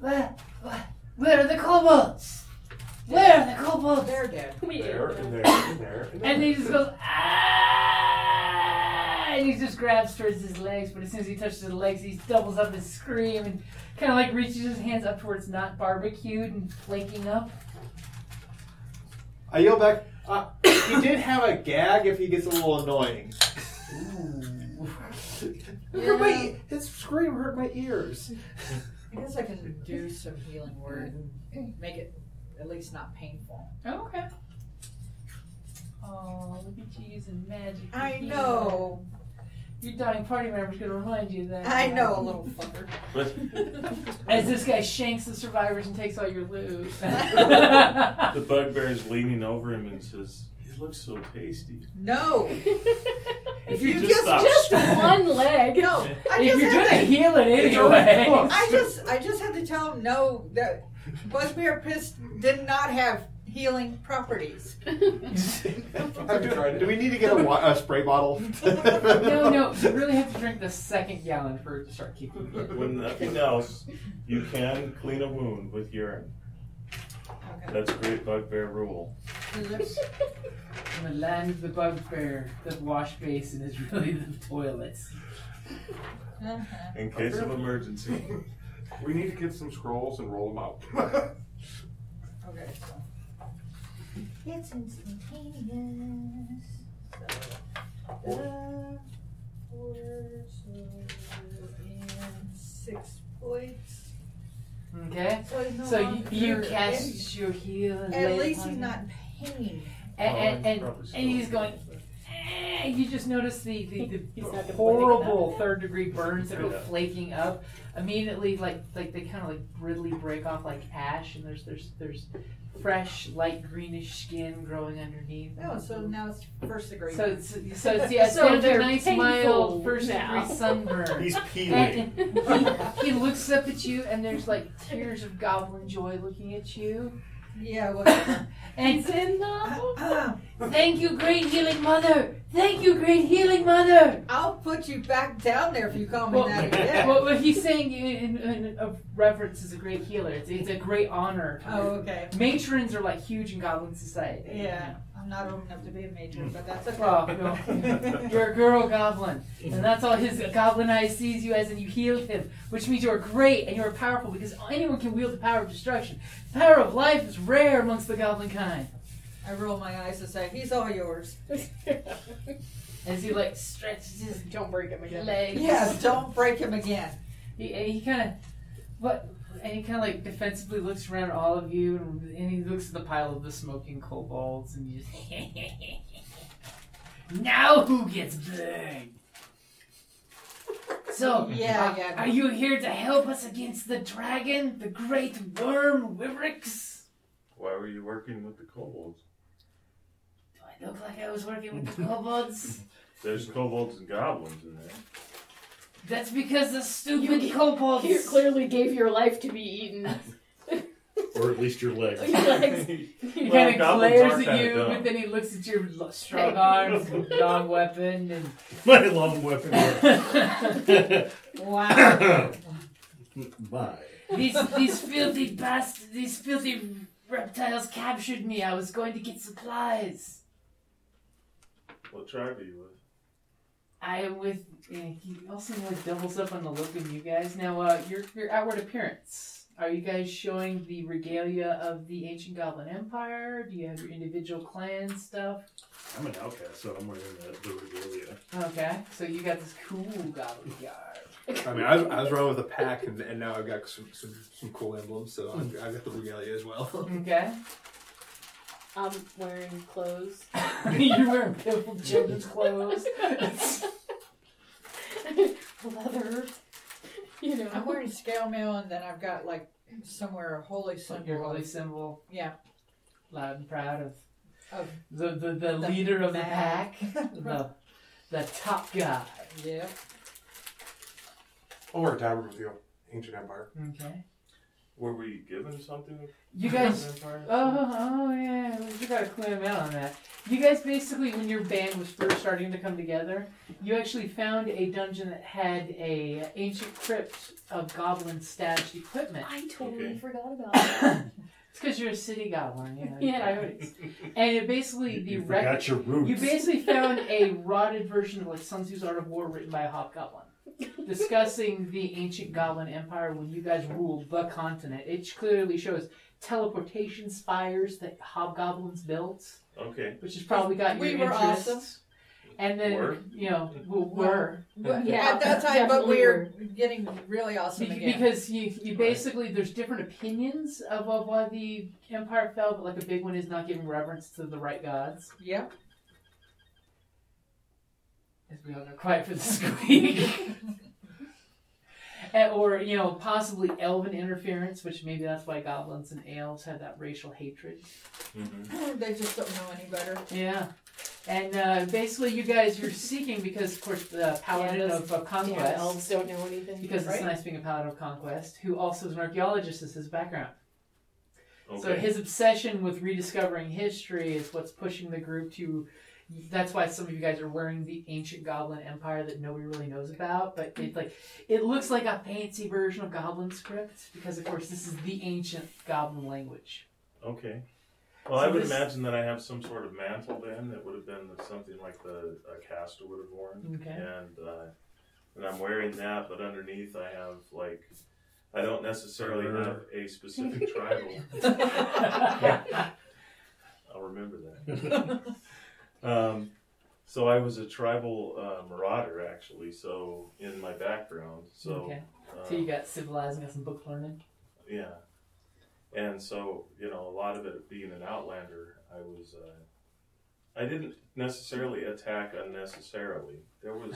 S2: where, where, where are the kobolds? Where are the kobolds?
S5: They're dead.
S4: We ate
S9: There
S4: them.
S9: and there and there. And, there.
S2: And he just goes, ah! And he just grabs towards his legs, but as soon as he touches his legs, he doubles up his scream and kind of like reaches his hands up towards not barbecued and flaking up.
S8: I yell back. Uh, he did have a gag if he gets a little annoying. Hurt my- e, his scream hurt my ears.
S5: I guess I can do some healing word and make it at least not painful.
S2: Okay. Oh, look at you using magic. to
S5: I
S2: heal.
S5: know.
S2: Your dying party member's going to remind you of that.
S5: I know, little fucker.
S2: As this guy shanks the survivors and takes all your loot.
S9: the bugbear is leaning over him and says, "He looks so tasty."
S5: No.
S9: If
S5: you
S9: just,
S5: just-
S9: stop
S4: Just one leg.
S5: No. I
S2: if you're
S5: just had
S2: going to
S5: to-
S2: heal it
S9: It's already
S2: anyway.
S9: fucked.
S5: I just I just had to tell him no that Buzzbear Piss did not have healing properties.
S8: do, do we need to get a, wa- a spray bottle?
S2: No, no, you really have to drink the second gallon for it to start kicking in.
S9: when nothing else, you can clean a wound with urine.
S5: Okay.
S9: That's great bugbear rule.
S2: In the land of the bugbear, the wash basin is really the toilets.
S5: Uh-huh.
S9: In case of emergency.
S3: We need to get some scrolls and roll them up.
S5: Okay. So,
S1: It's instantaneous.
S5: so, uh, four, so, and six points.
S2: Okay?
S5: So, he's no
S2: So you, you
S5: longer-
S2: cast your heel and
S5: At
S2: lay
S5: least
S2: upon
S5: he's
S2: him.
S5: not in pain.
S2: And, and, and,
S3: Oh, he's
S2: and he's
S3: probably
S2: going. "Eh," You just notice the, the, the
S4: He's not complaining
S2: horrible
S4: about it.
S2: third degree burns that are
S9: Yeah.
S2: flaking up. Immediately, like like they kind of like really break off like ash, and there's there's there's fresh light greenish skin growing underneath.
S5: No, Oh, so now it's first degree.
S2: So it's so it's yeah, it's
S4: So
S2: kind of a
S4: they're
S2: nice
S4: painful
S2: mild first
S4: now.
S2: degree sunburn.
S6: He's peeling.
S2: And he, he looks up at you, and there's like tears of goblin joy looking at you.
S5: yeah, whatever.
S2: And
S4: It's in the
S2: thank you, great healing mother. Thank you, great healing mother.
S5: I'll put you back down there if you call me
S2: Well-
S5: that again.
S2: Well, what he's saying in, in, in of reverence is a great healer. It's, it's a great honor.
S5: oh, okay.
S2: Matrons are like huge in Goblin society.
S5: Yeah, I'm not old enough to be a major, but that's okay.
S2: Well, no. you're a girl goblin, and that's all his goblin eye sees you as, and you heal him, which means you're great and you're powerful because anyone can wield the power of destruction. The power of life is rare amongst the goblin kind.
S5: I roll my eyes and say, "He's all yours."
S2: As he like stretches his
S4: Don't break him again.
S2: legs.
S5: Yes, don't break him again.
S2: He, and he kind of what? And he kind of like defensively looks around at all of you, and, and he looks at the pile of the smoking kobolds, and you just now who gets burned? So
S5: Yeah,
S2: uh,
S5: yeah.
S2: are you here to help us against the dragon, the great worm Wyvrix?
S9: Why were you working with the kobolds?
S2: Do I look like I was working with the kobolds?
S9: There's kobolds and goblins in there.
S2: That's because the stupid
S4: You-
S2: kobolds.
S4: You clearly gave your life to be eaten.
S7: Or at least your legs.
S2: He
S9: Well,
S2: kind of
S9: goblins are
S2: glares at
S9: kinda
S2: you,
S9: dumb.
S2: but then he looks at your l- strong arms and long weapon, and
S7: My long weapon.
S5: Wow.
S7: My.
S2: these these filthy bastards, these filthy reptiles captured me. I was going to get supplies.
S9: What tribe are you with?
S2: I am with. Yeah, he also like doubles up on the look of you guys. Now, uh, your your outward appearance. Are you guys showing the regalia of the ancient goblin empire? Do you have your individual clan stuff?
S7: I'm an outcast, so I'm wearing the, the regalia.
S2: Okay, so you got this cool goblin garb.
S8: I mean, I was, I was running with a pack, and, and now I've got some, some, some cool emblems, so I've, I've got the regalia as well.
S2: Okay.
S4: I'm wearing clothes.
S2: You're wearing pimped children's clothes.
S4: Leather. You know.
S5: I'm wearing scale mail, and then I've got like somewhere a holy symbol.
S2: Like your holy symbol,
S5: Yeah.
S2: loud and proud of
S5: Of,
S2: the, the, the, leader of the
S5: Mac.
S2: pack, the, the top guy.
S5: yeah.
S3: I'll wear a tabard with you. Ancient Empire.
S2: Okay.
S9: Were we given something?
S2: You guys.
S9: Vampire?
S2: Oh, oh yeah, we gotta clear him out on that. You guys basically, when your band was first starting to come together, you actually found a dungeon that had a ancient crypt of goblin stashed equipment.
S4: I totally
S9: Okay.
S4: forgot about that.
S2: It's because you're a city goblin, you know.
S4: Yeah.
S2: priorities. And it basically
S9: You,
S2: the
S9: you
S2: wreck-
S9: forgot your roots.
S2: You basically found a rotted version of like Sun Tzu's Art of War written by a hobgoblin, discussing the ancient goblin empire when you guys ruled the continent. It clearly shows teleportation spires that hobgoblins built,
S9: okay.
S2: which has probably got
S5: We
S2: your
S5: were
S2: interests.
S5: awesome.
S2: And then
S9: Were?
S2: you know we were
S4: Yeah,
S5: At that time, but
S4: definitely
S5: we're getting really awesome
S2: Be-
S5: again.
S2: because you you
S9: Right.
S2: basically there's different opinions of, of why the empire fell, but like a big one is not giving reverence to the right gods.
S5: Yep.
S2: As we all got quiet for the squeak. And- or, you know, possibly elven interference, which maybe that's why goblins and elves have that racial hatred.
S5: They just don't know any better.
S2: Yeah. And uh, basically, you guys, you're seeking because, of course, the paladin
S4: Yeah,
S2: of, of
S4: Damn,
S2: conquest,
S4: elves don't know anything.
S2: because
S4: right?
S2: it's nice being a paladin of conquest, who also is an archaeologist, is his background.
S9: Okay.
S2: So his obsession with rediscovering history is what's pushing the group to. That's why some of you guys are wearing the ancient goblin empire that nobody really knows about, but it like it looks like a fancy version of goblin script because of course this is the ancient goblin language.
S9: Okay. Well,
S2: So
S9: I would
S2: this-
S9: imagine that I have some sort of mantle then that would have been something like the a caster would have worn,
S2: Okay.
S9: and uh, and I'm wearing that, but underneath I have like I don't necessarily have a specific tribal. I'll remember that. um, so I was a tribal uh, marauder actually, so in my background, so.
S2: okay.
S9: uh,
S2: So you got civilized and got some book learning.
S9: yeah. And so, you know, a lot of it being an outlander, I was, uh, I didn't necessarily attack unnecessarily. There was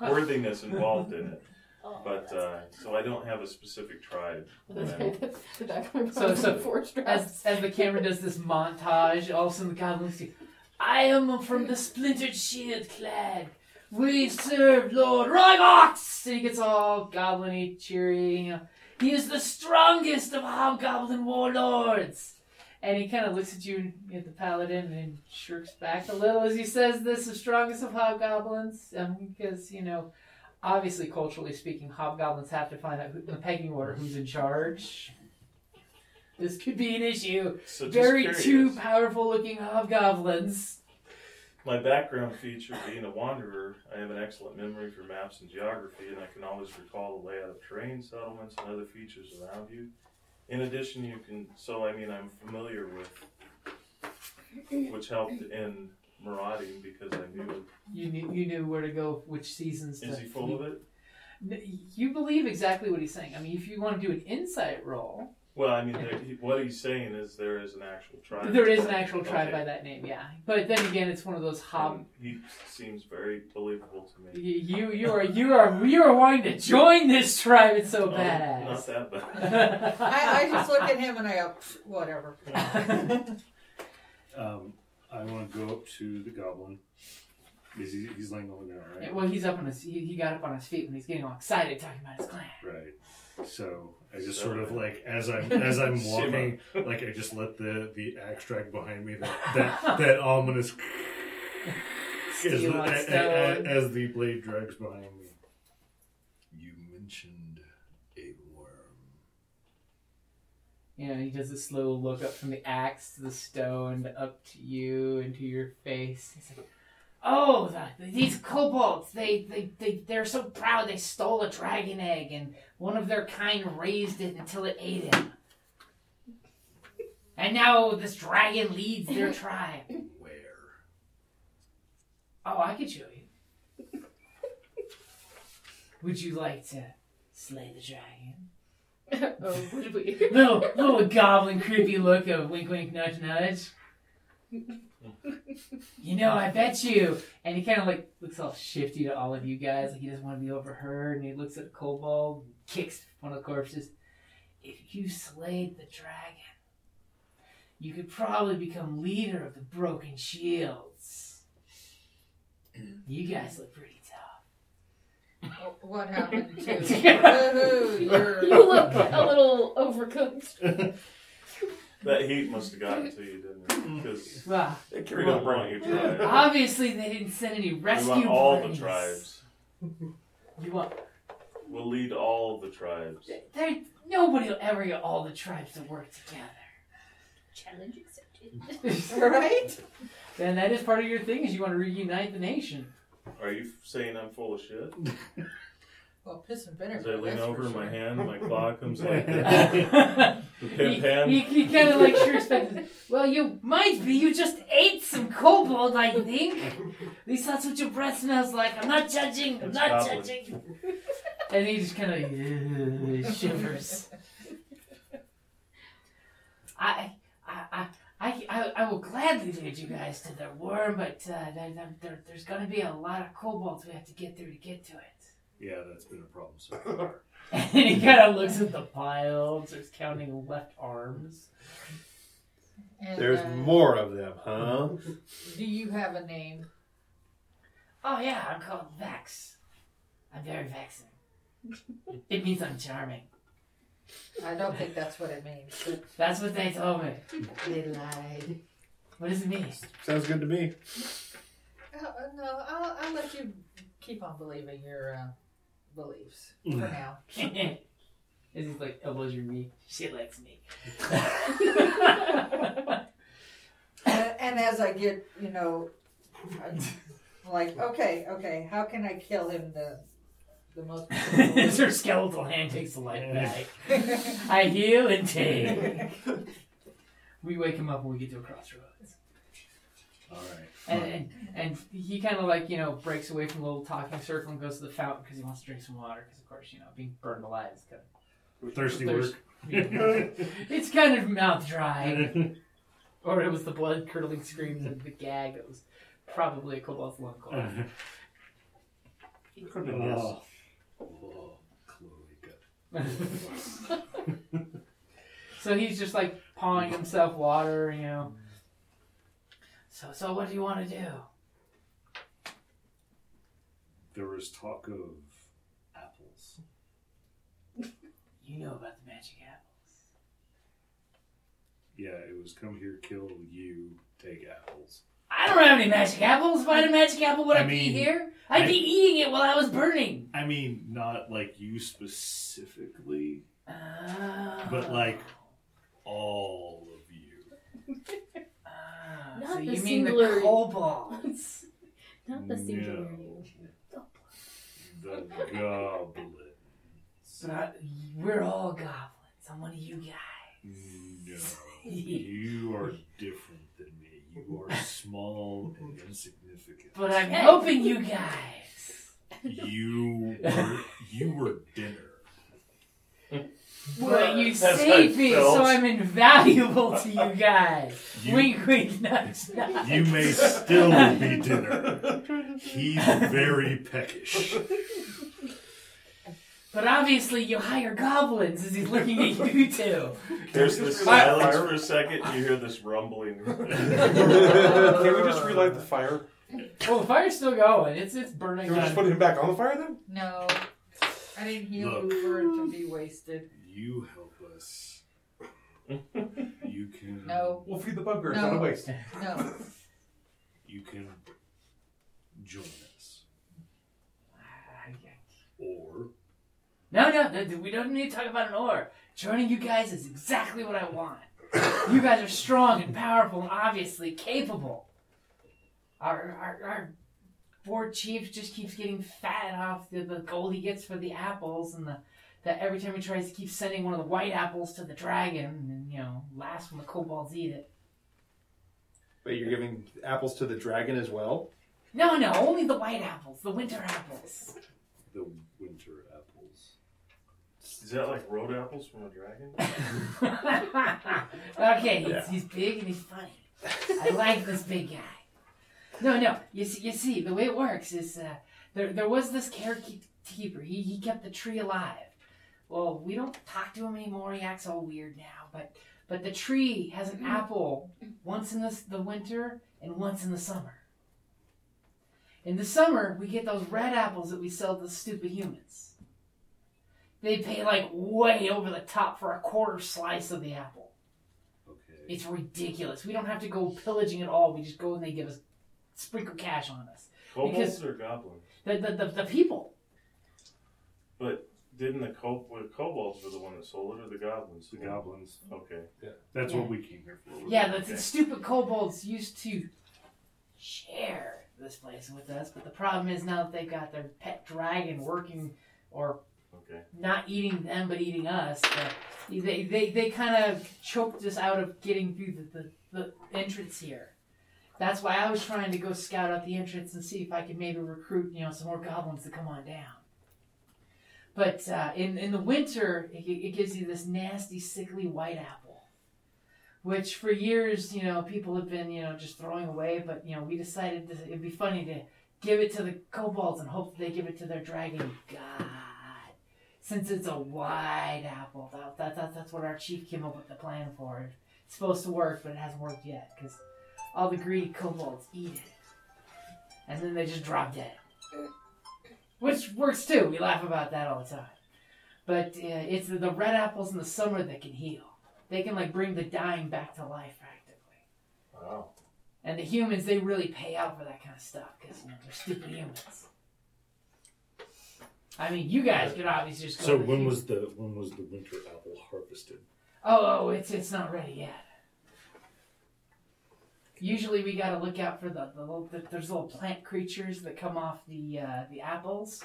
S9: worthiness involved in it.
S4: Oh,
S9: But, uh, so I don't have a specific tribe.
S4: that's right. That's the back of my mind.
S2: So- so-
S4: four straps.
S2: As, as the camera does this montage, all of a sudden the goblins see, I am from the Splintered Shield clan. We serve Lord Rygox! And he gets all goblin cheery. You know. He is the strongest of hobgoblin warlords. And he kind of looks at you, at the paladin, and shrinks back a little as he says this, the strongest of hobgoblins. Um, because, you know, obviously, culturally speaking, hobgoblins have to find out who, in the pecking order who's in charge. This could be an issue.
S9: So just
S2: Very
S9: curious,
S2: two powerful looking hobgoblins.
S9: My background feature being a wanderer, I have an excellent memory for maps and geography, and I can always recall the layout of terrain, settlements, and other features around you. In addition, you can, so I mean, I'm familiar with, which helped in marauding because I knew.
S2: You knew, you knew where to go, which seasons.
S9: Is
S2: to,
S9: he full of it?
S2: N- You believe exactly what he's saying. I mean, if you want to do an insight roll,
S9: Well, I mean, there, he, what he's saying is there is an actual tribe.
S2: there is an actual tribe
S9: Okay.
S2: by that name, yeah. But then again, it's one of those hob.
S9: And He seems very believable to
S2: y-
S9: me.
S2: You you are you are you are wanting to join this tribe. It's so
S9: Oh, Not
S2: badass.
S9: that bad.
S5: I, I just look at him and I go, "Pfft, whatever.
S7: Um, I want to go up to the goblin. Is he, he's laying over there, right?
S2: Yeah, well, he's up on his he, he got up on his feet when he's getting all excited talking about his clan.
S7: Right. So I just
S9: So-
S7: sort of like as I'm as I'm walking,
S9: Simmer.
S7: like I just let the the axe drag behind me that that, that ominous as
S2: Steel
S7: the,
S2: on
S7: a- a-
S2: stone.
S7: a- as the blade drags behind me.
S10: You mentioned a worm.
S2: You know, he does a slow look up from the axe to the stone, up to you and to your face. He's like, "Oh, the, these kobolds! They, they, they, they're so proud. They stole a dragon egg, and one of their kind raised it until it ate him. And now this dragon leads their tribe.
S10: Where?
S2: Oh, I could show you. Would you like to slay the dragon?
S4: oh, would we?
S2: little little goblin creepy look of wink wink nudge nudge. You know, I bet you. And he kind of like looks all shifty to all of you guys, like he doesn't want to be overheard. And he looks at Cobalt, kicks one of the corpses. If you slayed the dragon, you could probably become leader of the Broken Shields. You guys look pretty
S5: Wh- What happened to?
S2: tough.
S5: Woohoo, you're-
S4: You look a little overcooked.
S9: That heat must have gotten to you, didn't it? Because
S2: Wow.
S9: they carried on wrong your tribe.
S2: Obviously, they didn't send any
S9: We
S2: rescue.
S9: want all the
S2: parties.
S9: tribes.
S2: You want
S9: We'll lead all the tribes.
S2: there? Nobody will ever get all the tribes to work together.
S4: Challenge accepted.
S5: Right?
S2: Then that is part of your thing is you want to reunite the nation.
S9: Are you saying I'm full of shit?
S5: Well, piss and vinegar.
S9: As I lean
S5: that's for
S9: over, my
S5: sure.
S9: hand, my claw comes like this. the pimp hand.
S2: He, he kind of like sure expected. Well, you might be. You just ate some kobold, I think. At least that's what your breath smells like. I'm not judging. I'm
S9: It's
S2: not
S9: goblin.
S2: judging. And he just kind of shivers. I, I, I, I, I- I will gladly lead you guys to the worm, but uh, there, there- there, there's going to be a lot of kobolds we have to get through to get to it.
S10: Yeah, that's been a problem so far.
S2: And he kind of looks at the pile, starts counting left arms.
S5: And,
S8: There's
S5: uh,
S8: more of them, huh?
S5: Do you have a name?
S2: Oh yeah, I'm called Vex. I'm very vexing. it means I'm charming.
S5: I don't think that's what it means. But
S2: That's what they told me.
S5: they lied.
S2: What does it mean?
S8: Sounds good to me.
S5: Uh, uh, no, I'll, I'll let you keep on believing your uh, beliefs for now.
S2: and he's like elbows your knee. She likes me.
S5: and, and as I get, you know, I'm like, okay, okay, how can I kill him the the most?
S2: As her skeletal hand takes the light back. I heal and take. We wake him up when we get to a crossroads.
S10: All right.
S2: And, and, and he kind of like, you know, breaks away from the little talking circle and goes to the fountain because he wants to drink some water because, of course, you know, being burned alive is kind of
S10: Thirsty
S2: Thirst-
S10: work.
S2: Yeah. it's kind of mouth dry. or it was the blood curdling screams and the gag that was probably a cobalt's lung
S7: Uh,
S2: call.
S9: Could have been worse.
S10: Oh, Chloe got
S2: so he's just like pawing himself water, you know. So so what do you want to do?
S9: There was talk of apples.
S2: You know about the magic apple.
S9: Yeah, it was come here, kill you, take apples.
S2: I don't have any magic apples. If I had a magic apple, would I,
S9: I mean,
S2: be here? I'd
S9: I-
S2: be eating it while I was burning.
S9: I mean, not like you specifically,
S2: Ah.
S9: but like all of you.
S2: Ah,
S4: Not
S2: so
S4: the
S2: you mean the
S4: singular-
S2: kobolds?
S4: Not the singular
S9: No.
S4: you.
S9: The goblin.
S2: But I- we're all goblins. I'm one of you guys.
S10: No, you are different than me. You are small and insignificant.
S2: But I'm helping you guys.
S10: You were you were dinner.
S2: But you
S9: That's
S2: saved me,
S9: heartfelt.
S2: so I'm invaluable to you guys.
S10: You-
S2: wink, wink, nudge, nudge.
S10: You may still be dinner. He's very peckish.
S2: But obviously, you hire goblins as he's looking at you two.
S9: There's this silence for a second. You hear this rumbling.
S3: Can we just relight the fire?
S2: Well, the fire's still going. It's it's burning.
S3: Can we just
S2: on.
S3: put him back on the fire then?
S5: No, I didn't heal
S10: Look.
S5: Hoover to be wasted.
S10: You help us. You can
S5: No,
S3: We'll feed the bugbear. It's not a
S5: No.
S3: waste.
S5: no.
S10: you can join us. Or
S2: No, no, no, we don't need to talk about an or. Joining you guys is exactly what I want. You guys are strong and powerful and obviously capable. Our, our, our board chief just keeps getting fat off the, the gold he gets for the apples and the, the every time he tries to keep sending one of the white apples to the dragon and you know last when the kobolds eat it.
S8: Wait, you're giving apples to the dragon as well?
S2: No, no, only the white apples, the winter apples.
S10: the winter apples.
S9: Is that like road apples from a dragon?
S2: okay, he's, he's big and he's funny. I like this big guy. No, no, you see, you see the way it works is uh, there, there was this carekeeper. He, he kept the tree alive. Well, we don't talk to him anymore. He acts all weird now. But but the tree has an apple once in the, s- the winter and once in the summer. In the summer, we get those red apples that we sell to the stupid humans. They pay like way over the top for a quarter slice of the apple. It's ridiculous. We don't have to go pillaging at all. We just go and they give us sprinkle cash on us.
S9: Kobolds or goblins?
S2: the, the, the, the people.
S9: But didn't the co- were the kobolds were the one that sold it, or the goblins? The
S10: goblins.
S9: Okay.
S10: Yeah. That's
S2: Yeah.
S10: what we came here for.
S2: Yeah, the,
S9: Okay.
S2: the stupid kobolds used to share this place with us, but the problem is now that they've got their pet dragon working or
S9: Okay.
S2: not eating them but eating us, but they, they, they kind of choked us out of getting through the, the, the entrance here. That's why I was trying to go scout out the entrance and see if I could maybe recruit, you know, some more goblins to come on down. But uh, in, in the winter, it, it gives you this nasty, sickly white apple, which for years, you know, people have been, you know, just throwing away. But, you know, we decided that it'd be funny to give it to the kobolds and hope that they give it to their dragon god. Since it's a white apple, that, that, that, that's what our chief came up with the plan for. It's supposed to work, but it hasn't worked yet because all the greedy kobolds eat it. And then they just drop dead which works too. We laugh about that all the time. But uh, it's the, the red apples in the summer that can heal. They can like bring the dying back to life practically.
S9: Wow.
S2: And the humans, they really pay out for that kind of stuff because you know, they're stupid humans. I mean, you guys could obviously just go.
S10: So
S2: to the
S10: when
S2: human-
S10: was the when was the winter apple harvested?
S2: Oh, oh, it's it's not ready yet. Usually, we got to look out for the, the, little, the there's little plant creatures that come off the uh, the apples.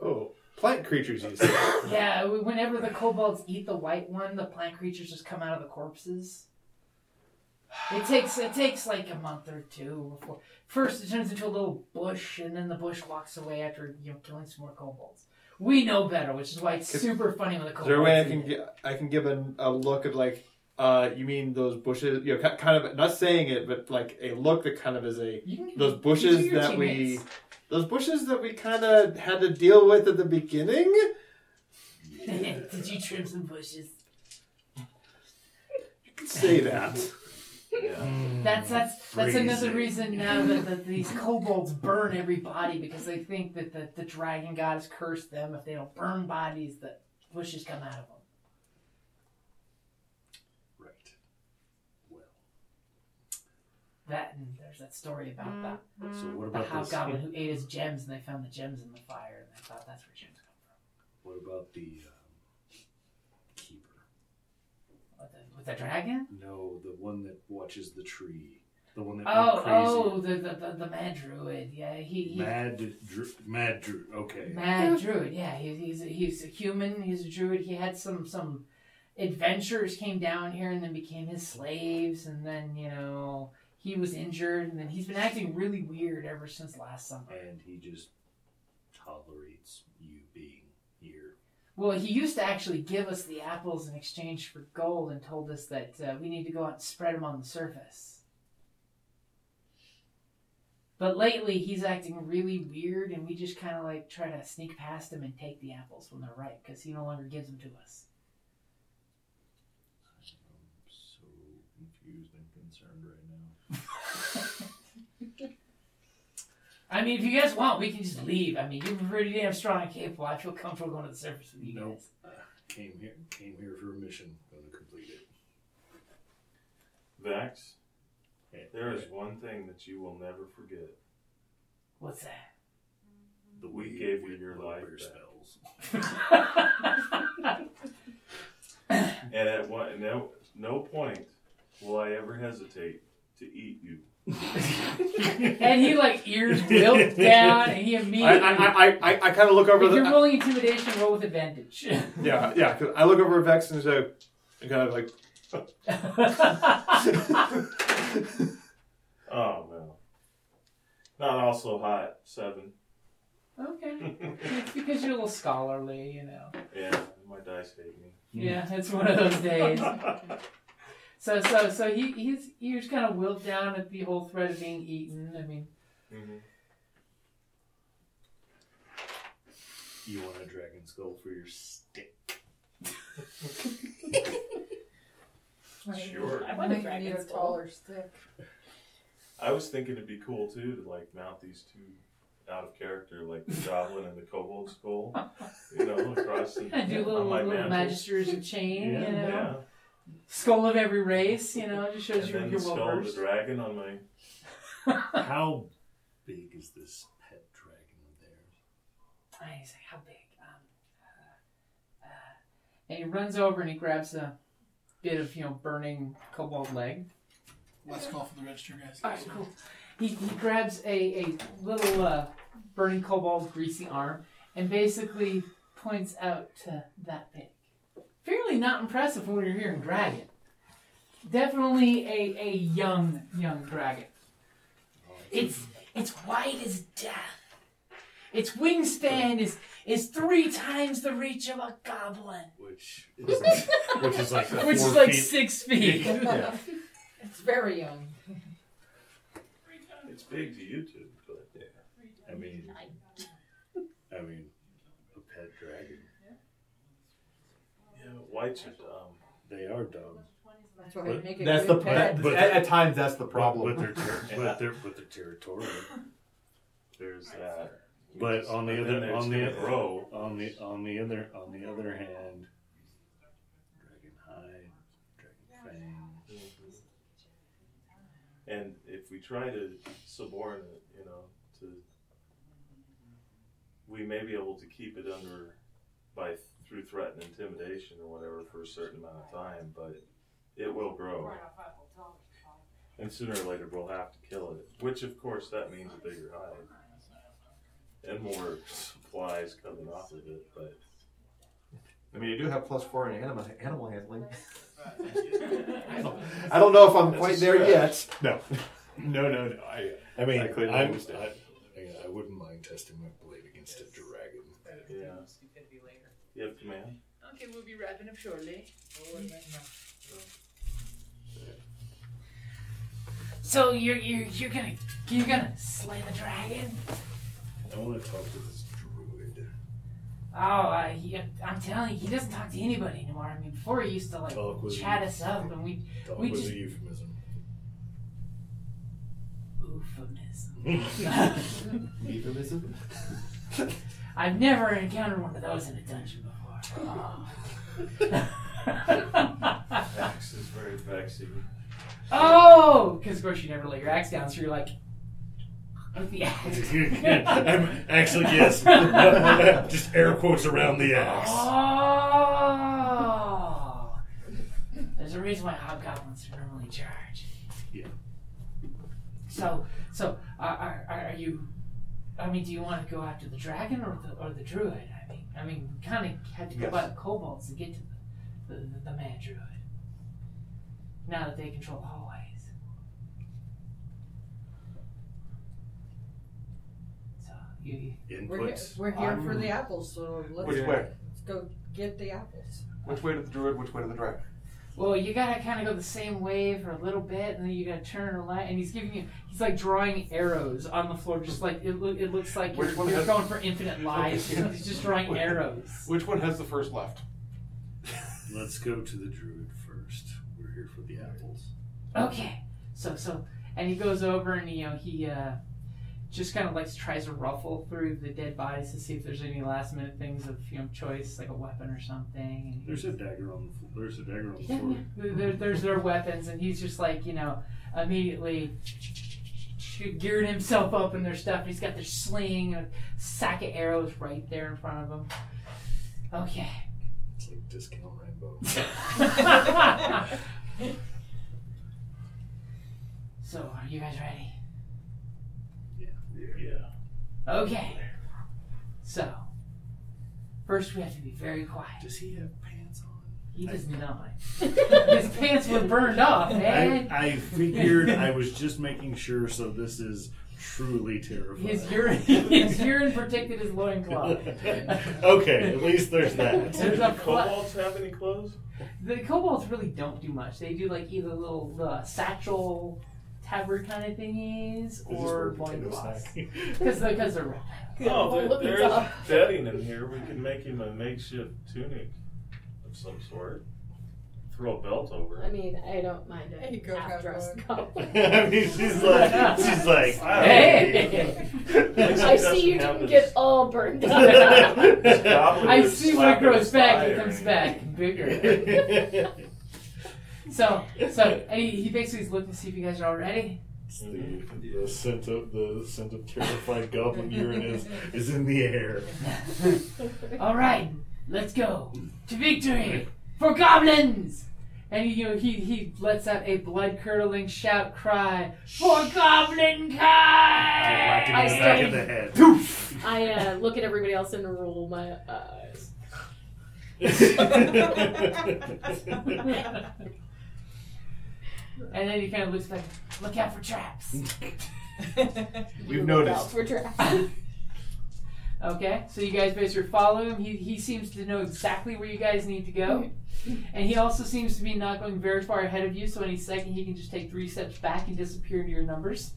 S8: Oh, plant creatures, you say?
S2: Yeah, w- whenever the kobolds eat the white one, the plant creatures just come out of the corpses. It takes it takes like a month or two before. First, it turns into a little bush, and then the bush walks away after you know killing some more kobolds. We know better, which is why it's super funny when the
S8: Is
S2: kobolds.
S8: there a way I
S2: eat
S8: can
S2: it.
S8: gi- I can give a, a look of like uh you mean those bushes you know ki- kind of not saying it but like a look that kind of is a
S2: You can give-
S8: those
S2: you
S8: bushes
S2: do your
S8: that we
S2: teammates.
S8: those bushes that we kind of had to deal with at the beginning
S2: Did you trim some bushes?
S8: say that
S10: Mm,
S2: That's that's that's another
S10: Phrasing.
S2: reason now that, that these kobolds burn every body because they think that the, the dragon god has cursed them. If they don't burn bodies, the bushes come out of them.
S10: Right. Well.
S2: That and there's that story about that
S10: So what
S2: the
S10: about this?
S2: hobgoblin who ate his gems and they found the gems in the fire and they thought that's where gems come
S10: What about the um, keeper?
S2: from. With the, with the dragon?
S10: No, the one that watches the tree. The one that
S2: Oh,
S10: went crazy.
S2: oh, the, the, the, the mad druid. Yeah, he, he
S10: Mad, dru- mad, dru- okay.
S2: Mad druid, yeah. He, he's a, he's a human. He's a druid. He had some some adventurers came down here and then became his slaves, and then you know he was injured, and then he's been acting really weird ever since last summer.
S10: And he just tolerates you being here.
S2: Well, he used to actually give us the apples in exchange for gold, and told us that uh, we need to go out and spread them on the surface. But lately, he's acting really weird, and we just kind of like try to sneak past him and take the apples when they're ripe because he no longer gives them to us.
S10: I'm so confused and concerned right now.
S2: I mean, if you guys want, we can just leave. I mean, you're pretty damn strong and capable. I feel comfortable going to the surface with you
S10: Nope. Uh,
S2: guys.
S10: Came here, came here for a mission. Gonna complete it.
S9: Vax,
S10: Okay.
S9: there is one thing that you will never forget.
S2: What's that?
S10: The
S9: We
S10: way
S9: gave
S10: it
S9: you your
S10: went
S9: life
S10: over
S9: back.
S10: spells.
S9: And at one, no, no point will I ever hesitate to eat you.
S2: And he like ears wilt down, and he
S8: I
S2: immediately.
S8: I I, I, I kind of look over
S2: if you're
S8: the uh,
S2: rolling intimidation, roll with advantage.
S8: yeah yeah 'cause I look over at Vex and so and kind of like
S9: Oh no. Not also hot. Seven.
S2: Okay. it's because you're a little scholarly, you know.
S9: Yeah, my dice hate me.
S2: Yeah, it's one of those days. so so so he he's he was kind of willed down at the whole threat of being eaten. I mean,
S7: Mm-hmm. You want a dragon skull for your stick?
S9: Sure.
S11: I want a
S5: Maybe you need
S11: dragon
S5: a
S11: skull.
S5: taller stick.
S9: I was thinking it'd be cool too to like mount these two out of character, like the goblin and the kobold skull. You know, across the,
S2: I do little
S9: on my
S2: little
S9: mantle.
S2: magisters of chain,
S9: Yeah.
S2: you know.
S9: Yeah.
S2: Skull of every race, you know, just shows
S9: and
S2: you
S9: then
S2: your
S9: the
S2: well
S9: skull of the
S2: versed.
S9: dragon on my.
S7: How big is this pet dragon of theirs?
S2: And he's like, how big? Um, uh, uh, and he runs over and he grabs a bit of you know burning cobalt leg.
S12: Let's call for the register, guys.
S2: All right, cool. He, he grabs a, a little uh, burning cobalt greasy arm and basically points out to that big. Fairly not impressive when you're hearing dragon. Definitely a, a young, young dragon. It's it's white as death. Its wingspan is is three times the reach of a goblin.
S7: Which is, which is like
S2: Which is
S7: four
S2: like
S7: feet.
S2: six feet.
S7: Yeah.
S5: It's very young.
S9: It's big to YouTube, but yeah.
S7: I mean, I mean, a pet dragon.
S9: Yeah, whites are dumb.
S7: They are dumb.
S5: That's why they
S7: But
S5: make a
S8: that's
S5: good
S8: the
S5: pet.
S8: But at- at times, that's the
S7: but-
S8: problem.
S7: But, they're, ter- but they're but they're territorial.
S9: There's that.
S7: But on the
S9: And then
S7: other
S9: there's
S7: on the
S9: gonna grow.
S7: on the on the other on the other hand, dragon hide, dragon fangs.
S9: And if we try to subordinate, you know, to we may be able to keep it under by through threat and intimidation or whatever for a certain amount of time, but it will grow. And sooner or later we'll have to kill it. Which of course that means a bigger hide. And more supplies coming off of it, but
S8: I mean, you do have plus four in animal, animal handling.
S9: I don't-
S8: I don't know if I'm
S7: That's
S8: quite
S7: a
S8: there yet.
S7: stretch. No, no, no, no. I, I mean,
S8: I
S7: I,
S8: clearly
S7: I'm,
S8: understand.
S7: I, yeah, I wouldn't mind testing my blade against a dragon.
S9: yeah. Yep, man.
S13: Okay, we'll be wrapping up shortly.
S2: So you're you're you're gonna you're gonna slay the dragon?
S7: I want to talk to this druid.
S2: Oh, uh, he, I'm telling you, he doesn't talk to anybody anymore. I mean, before he used to like
S7: Talk was-
S2: chat us up, and we
S7: Talk
S2: we
S7: was
S2: just
S7: a euphemism.
S2: euphemism.
S8: Euphemism?
S2: I've never encountered one of those in a dungeon before. Oh.
S9: Axe is very vexing.
S2: Oh, because of course you never let your axe down, so you're like, with the axe.
S7: I'm- actually, yes. Just air quotes around the axe.
S2: Oh, there's a reason why hobgoblins are normally charge.
S7: Yeah.
S2: So, so uh, are, are are you? I mean, do you want to go after the dragon or the or the druid? I mean, I mean, we kind of had to go
S8: Yes.
S2: by the kobolds to get to the the, the, the mad druid. Now that they control the hallways. So you.
S5: We're here, we're here for the apples, so let's,
S8: Which way?
S5: let's go get the apples.
S8: Which way to the druid? Which way to the dragon?
S2: Well, you gotta kind of go the same way for a little bit, and then you gotta turn and light. And he's giving you, he's like drawing arrows on the floor, just like it, loo- it looks like you're,
S14: Which one
S2: you're
S14: has-
S2: going for infinite lives. he's just drawing arrows.
S14: Which one has the first left?
S7: Let's go to the druid first. We're here for the apples.
S2: Okay, so so, and he goes over and you know he uh, just kind of like tries to ruffle through the dead bodies to see if there's any last minute things of you know choice, like a weapon or something. And
S7: There's a dagger on the floor. There's a dagger on the
S2: Yeah,
S7: floor.
S2: yeah. There, there's their weapons, and he's just like, you know, immediately geared himself up in their stuff. He's got their sling, a sack of arrows right there in front of him. Okay.
S7: It's like discount Rambo.
S2: so, are you guys ready?
S9: Yeah.
S2: Okay. So, first we have to be very quiet.
S7: Does he have pants on?
S2: He does not. His pants were burned off, man.
S7: I, I figured I was just making sure, so this is
S10: truly terrifying.
S2: His urine, his urine protected his loincloth.
S10: Okay, at least there's that.
S2: There's a pla-
S9: Kobolds have any clothes?
S2: the kobolds really don't do much. They do like either little uh, satchel tabard kind of thingies
S9: They just wear
S2: or
S9: potato
S2: loincloths.
S9: sack.
S2: Because they're, 'cause they're
S9: Oh,
S2: Look,
S9: there,
S2: it's
S9: there's
S2: up.
S9: bedding in here. We can make him a makeshift tunic of some sort. Throw a belt over it.
S4: I mean, I don't mind a half-dressed couple.
S9: I mean, she's like- she's like,
S7: Oh.
S4: hey.
S9: Hey.
S4: I see you didn't
S9: Doesn't
S4: get
S9: have this-
S4: all burned up.
S2: I see when it grows back, it comes back bigger. so, so, and he, he basically is looking to see if you guys are all ready.
S10: The, the scent of the scent of terrified goblin urine is, is in the air.
S2: All right, let's go to victory for goblins. And you know, he he lets out a blood curdling shout cry for goblin kind.
S4: I
S10: Back of
S4: still-
S10: the head.
S4: I uh, look at everybody else and roll my uh, eyes.
S2: And then he kind of looks back. Look out for traps.
S6: We've noticed.
S4: For traps.
S2: Okay, so you guys basically follow him. He, he seems to know exactly where you guys need to go. And he also seems to be not going very far ahead of you, so any second he can just take three steps back and disappear into your numbers.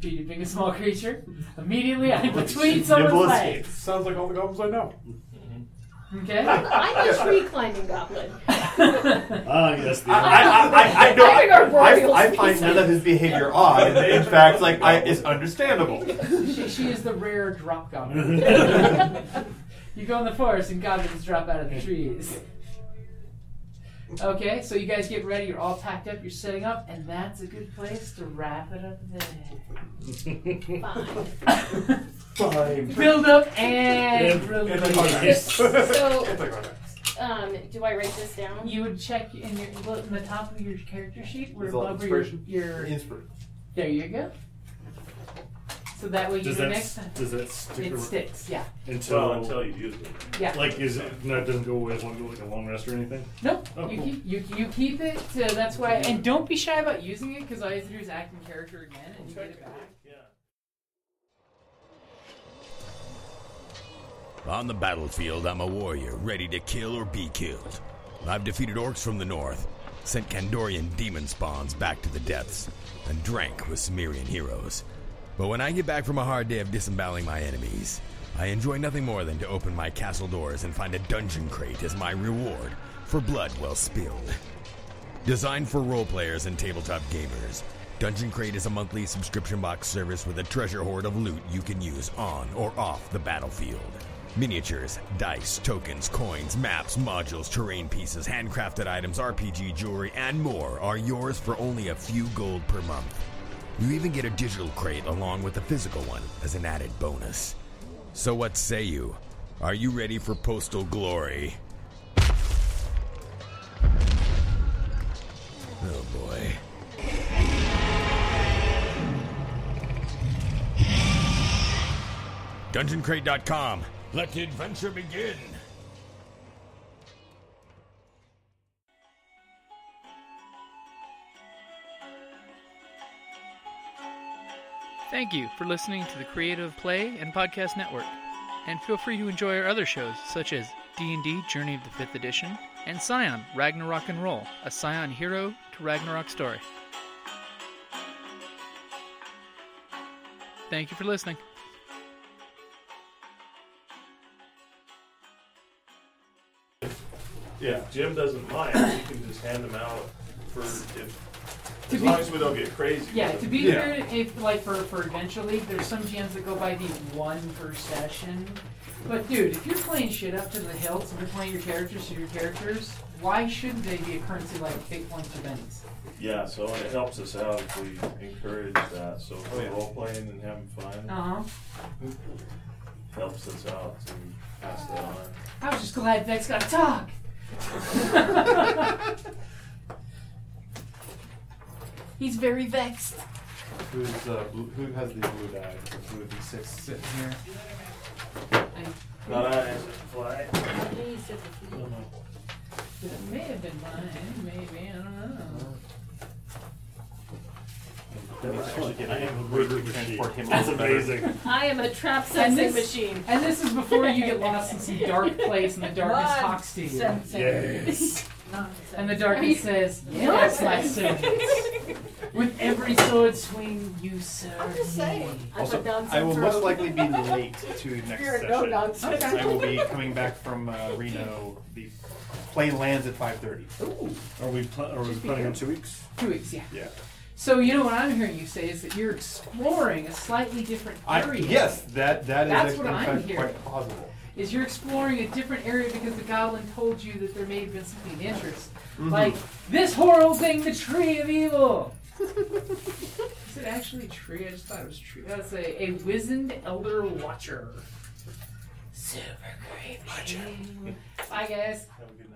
S2: Being being a small creature, immediately I'm between
S3: Nibble
S2: someone's
S3: escape.
S2: legs.
S3: Sounds like all the goblins I know.
S2: Okay?
S4: I'm a tree climbing goblin.
S10: Ah, yes. The
S6: I, I, I, I, know,
S4: I think our boreal
S6: I, I find
S4: species-
S6: none of his behavior odd. In fact, like I, it's understandable.
S2: she, she is the rare drop goblin. you go in the forest and goblins drop out of the trees. Okay, so you guys get ready. You're all packed up. You're setting up, and that's a good place to wrap it up there.
S6: Fine.
S2: Build up and
S6: Yeah.
S2: release.
S4: So, um, do I write this down?
S2: You would check in your look in the top of your character sheet where
S6: It's all
S2: above where your,
S6: inspiration.
S2: your
S6: Inspiration.
S2: there you go. So that way you
S10: Does
S2: do
S10: that
S2: next
S10: s-
S2: time.
S10: does that stick
S2: It
S10: ar-
S2: sticks, yeah.
S10: Until
S9: Well, until you use it.
S2: Yeah.
S10: Like is it? No, it doesn't go away. It won't go like a long rest or anything.
S2: No,
S10: Oh,
S2: you,
S10: cool.
S2: keep, you, you keep it. Uh, that's why. And don't be shy about using it because all you have to do is act in character again and you get it back.
S15: On the battlefield, I'm a warrior ready to kill or be killed. I've defeated orcs from the north, sent Kandorian demon spawns back to the depths, and drank with Sumerian heroes. But when I get back from a hard day of disemboweling my enemies, I enjoy nothing more than to open my castle doors and find a dungeon crate as my reward for blood well spilled. Designed for role players and tabletop gamers, Dungeon Crate is a monthly subscription box service with a treasure hoard of loot you can use on or off the battlefield. Miniatures, dice, tokens, coins, maps, modules, terrain pieces, handcrafted items, RPG jewelry, and more are yours for only a few gold per month. You even get a digital crate along with a physical one as an added bonus. So, what say you? Are you ready for postal glory? Oh boy. DungeonCrate.com. Let the adventure begin.
S12: Thank you for listening to the Creative Play and Podcast Network. And feel free to enjoy our other shows such as D&D Journey of the 5th Edition and Scion Ragnarok and Roll, a Scion hero to Ragnarok story. Thank you for listening.
S9: Yeah, Jim doesn't mind. We can just hand them out for if, as long as we don't get crazy.
S2: Yeah,
S9: with
S2: to
S9: them.
S2: be fair, if like for for eventually, there's some GMs that go by the one per session. But dude, if you're playing shit up to the hilt and you're playing your characters to your characters, why shouldn't they be a currency like big points or bennies?
S9: Yeah, so it helps us out if we encourage that. So if we're role playing and having fun,
S2: Uh-huh.
S9: helps us out to pass that on.
S2: I was just glad Vex got to talk. He's very vexed.
S6: Who's uh, blue, who has the blue die? The blue D6 sitting here.
S9: Not I, it's fly.
S2: It may have been mine, maybe, I don't know.
S7: That was actually getting a murder machine. Him
S9: That's
S7: a little better.
S9: amazing.
S4: I am a trap
S2: And
S4: sensing
S2: this,
S4: machine.
S2: and this is before you get lost in some dark place and the darkness
S4: Mud
S2: talks to you.
S4: sensing. Yes.
S2: And the darkness says,
S4: Right.
S2: Yes,
S4: Yes.
S2: my servant. With every sword swing, you serve. I'm just saying.
S8: Also, I will most likely be late to next
S2: You're a
S8: session.
S2: no-nonsense.
S8: since I will be coming back from uh, Reno. The plane lands at 5:30.
S9: Are we pl- are we
S2: Just be
S9: planning on
S2: careful.
S9: two weeks?
S2: Two weeks, yeah.
S8: Yeah.
S2: So you know what I'm hearing you say is that you're exploring a slightly different
S8: I,
S2: area.
S8: yes, that that is
S2: That's
S8: actually,
S2: what
S8: in
S2: I'm
S8: fact
S2: hearing.
S8: quite possible.
S2: Is you're exploring a different area because the goblin told you that there may have been something of interest.
S8: Mhm.
S2: Like this horrible thing, the tree of evil. is it actually a tree? I just thought it was a tree. That's a, a wizened elder watcher. Super creepy. Bye guys.
S7: Have a good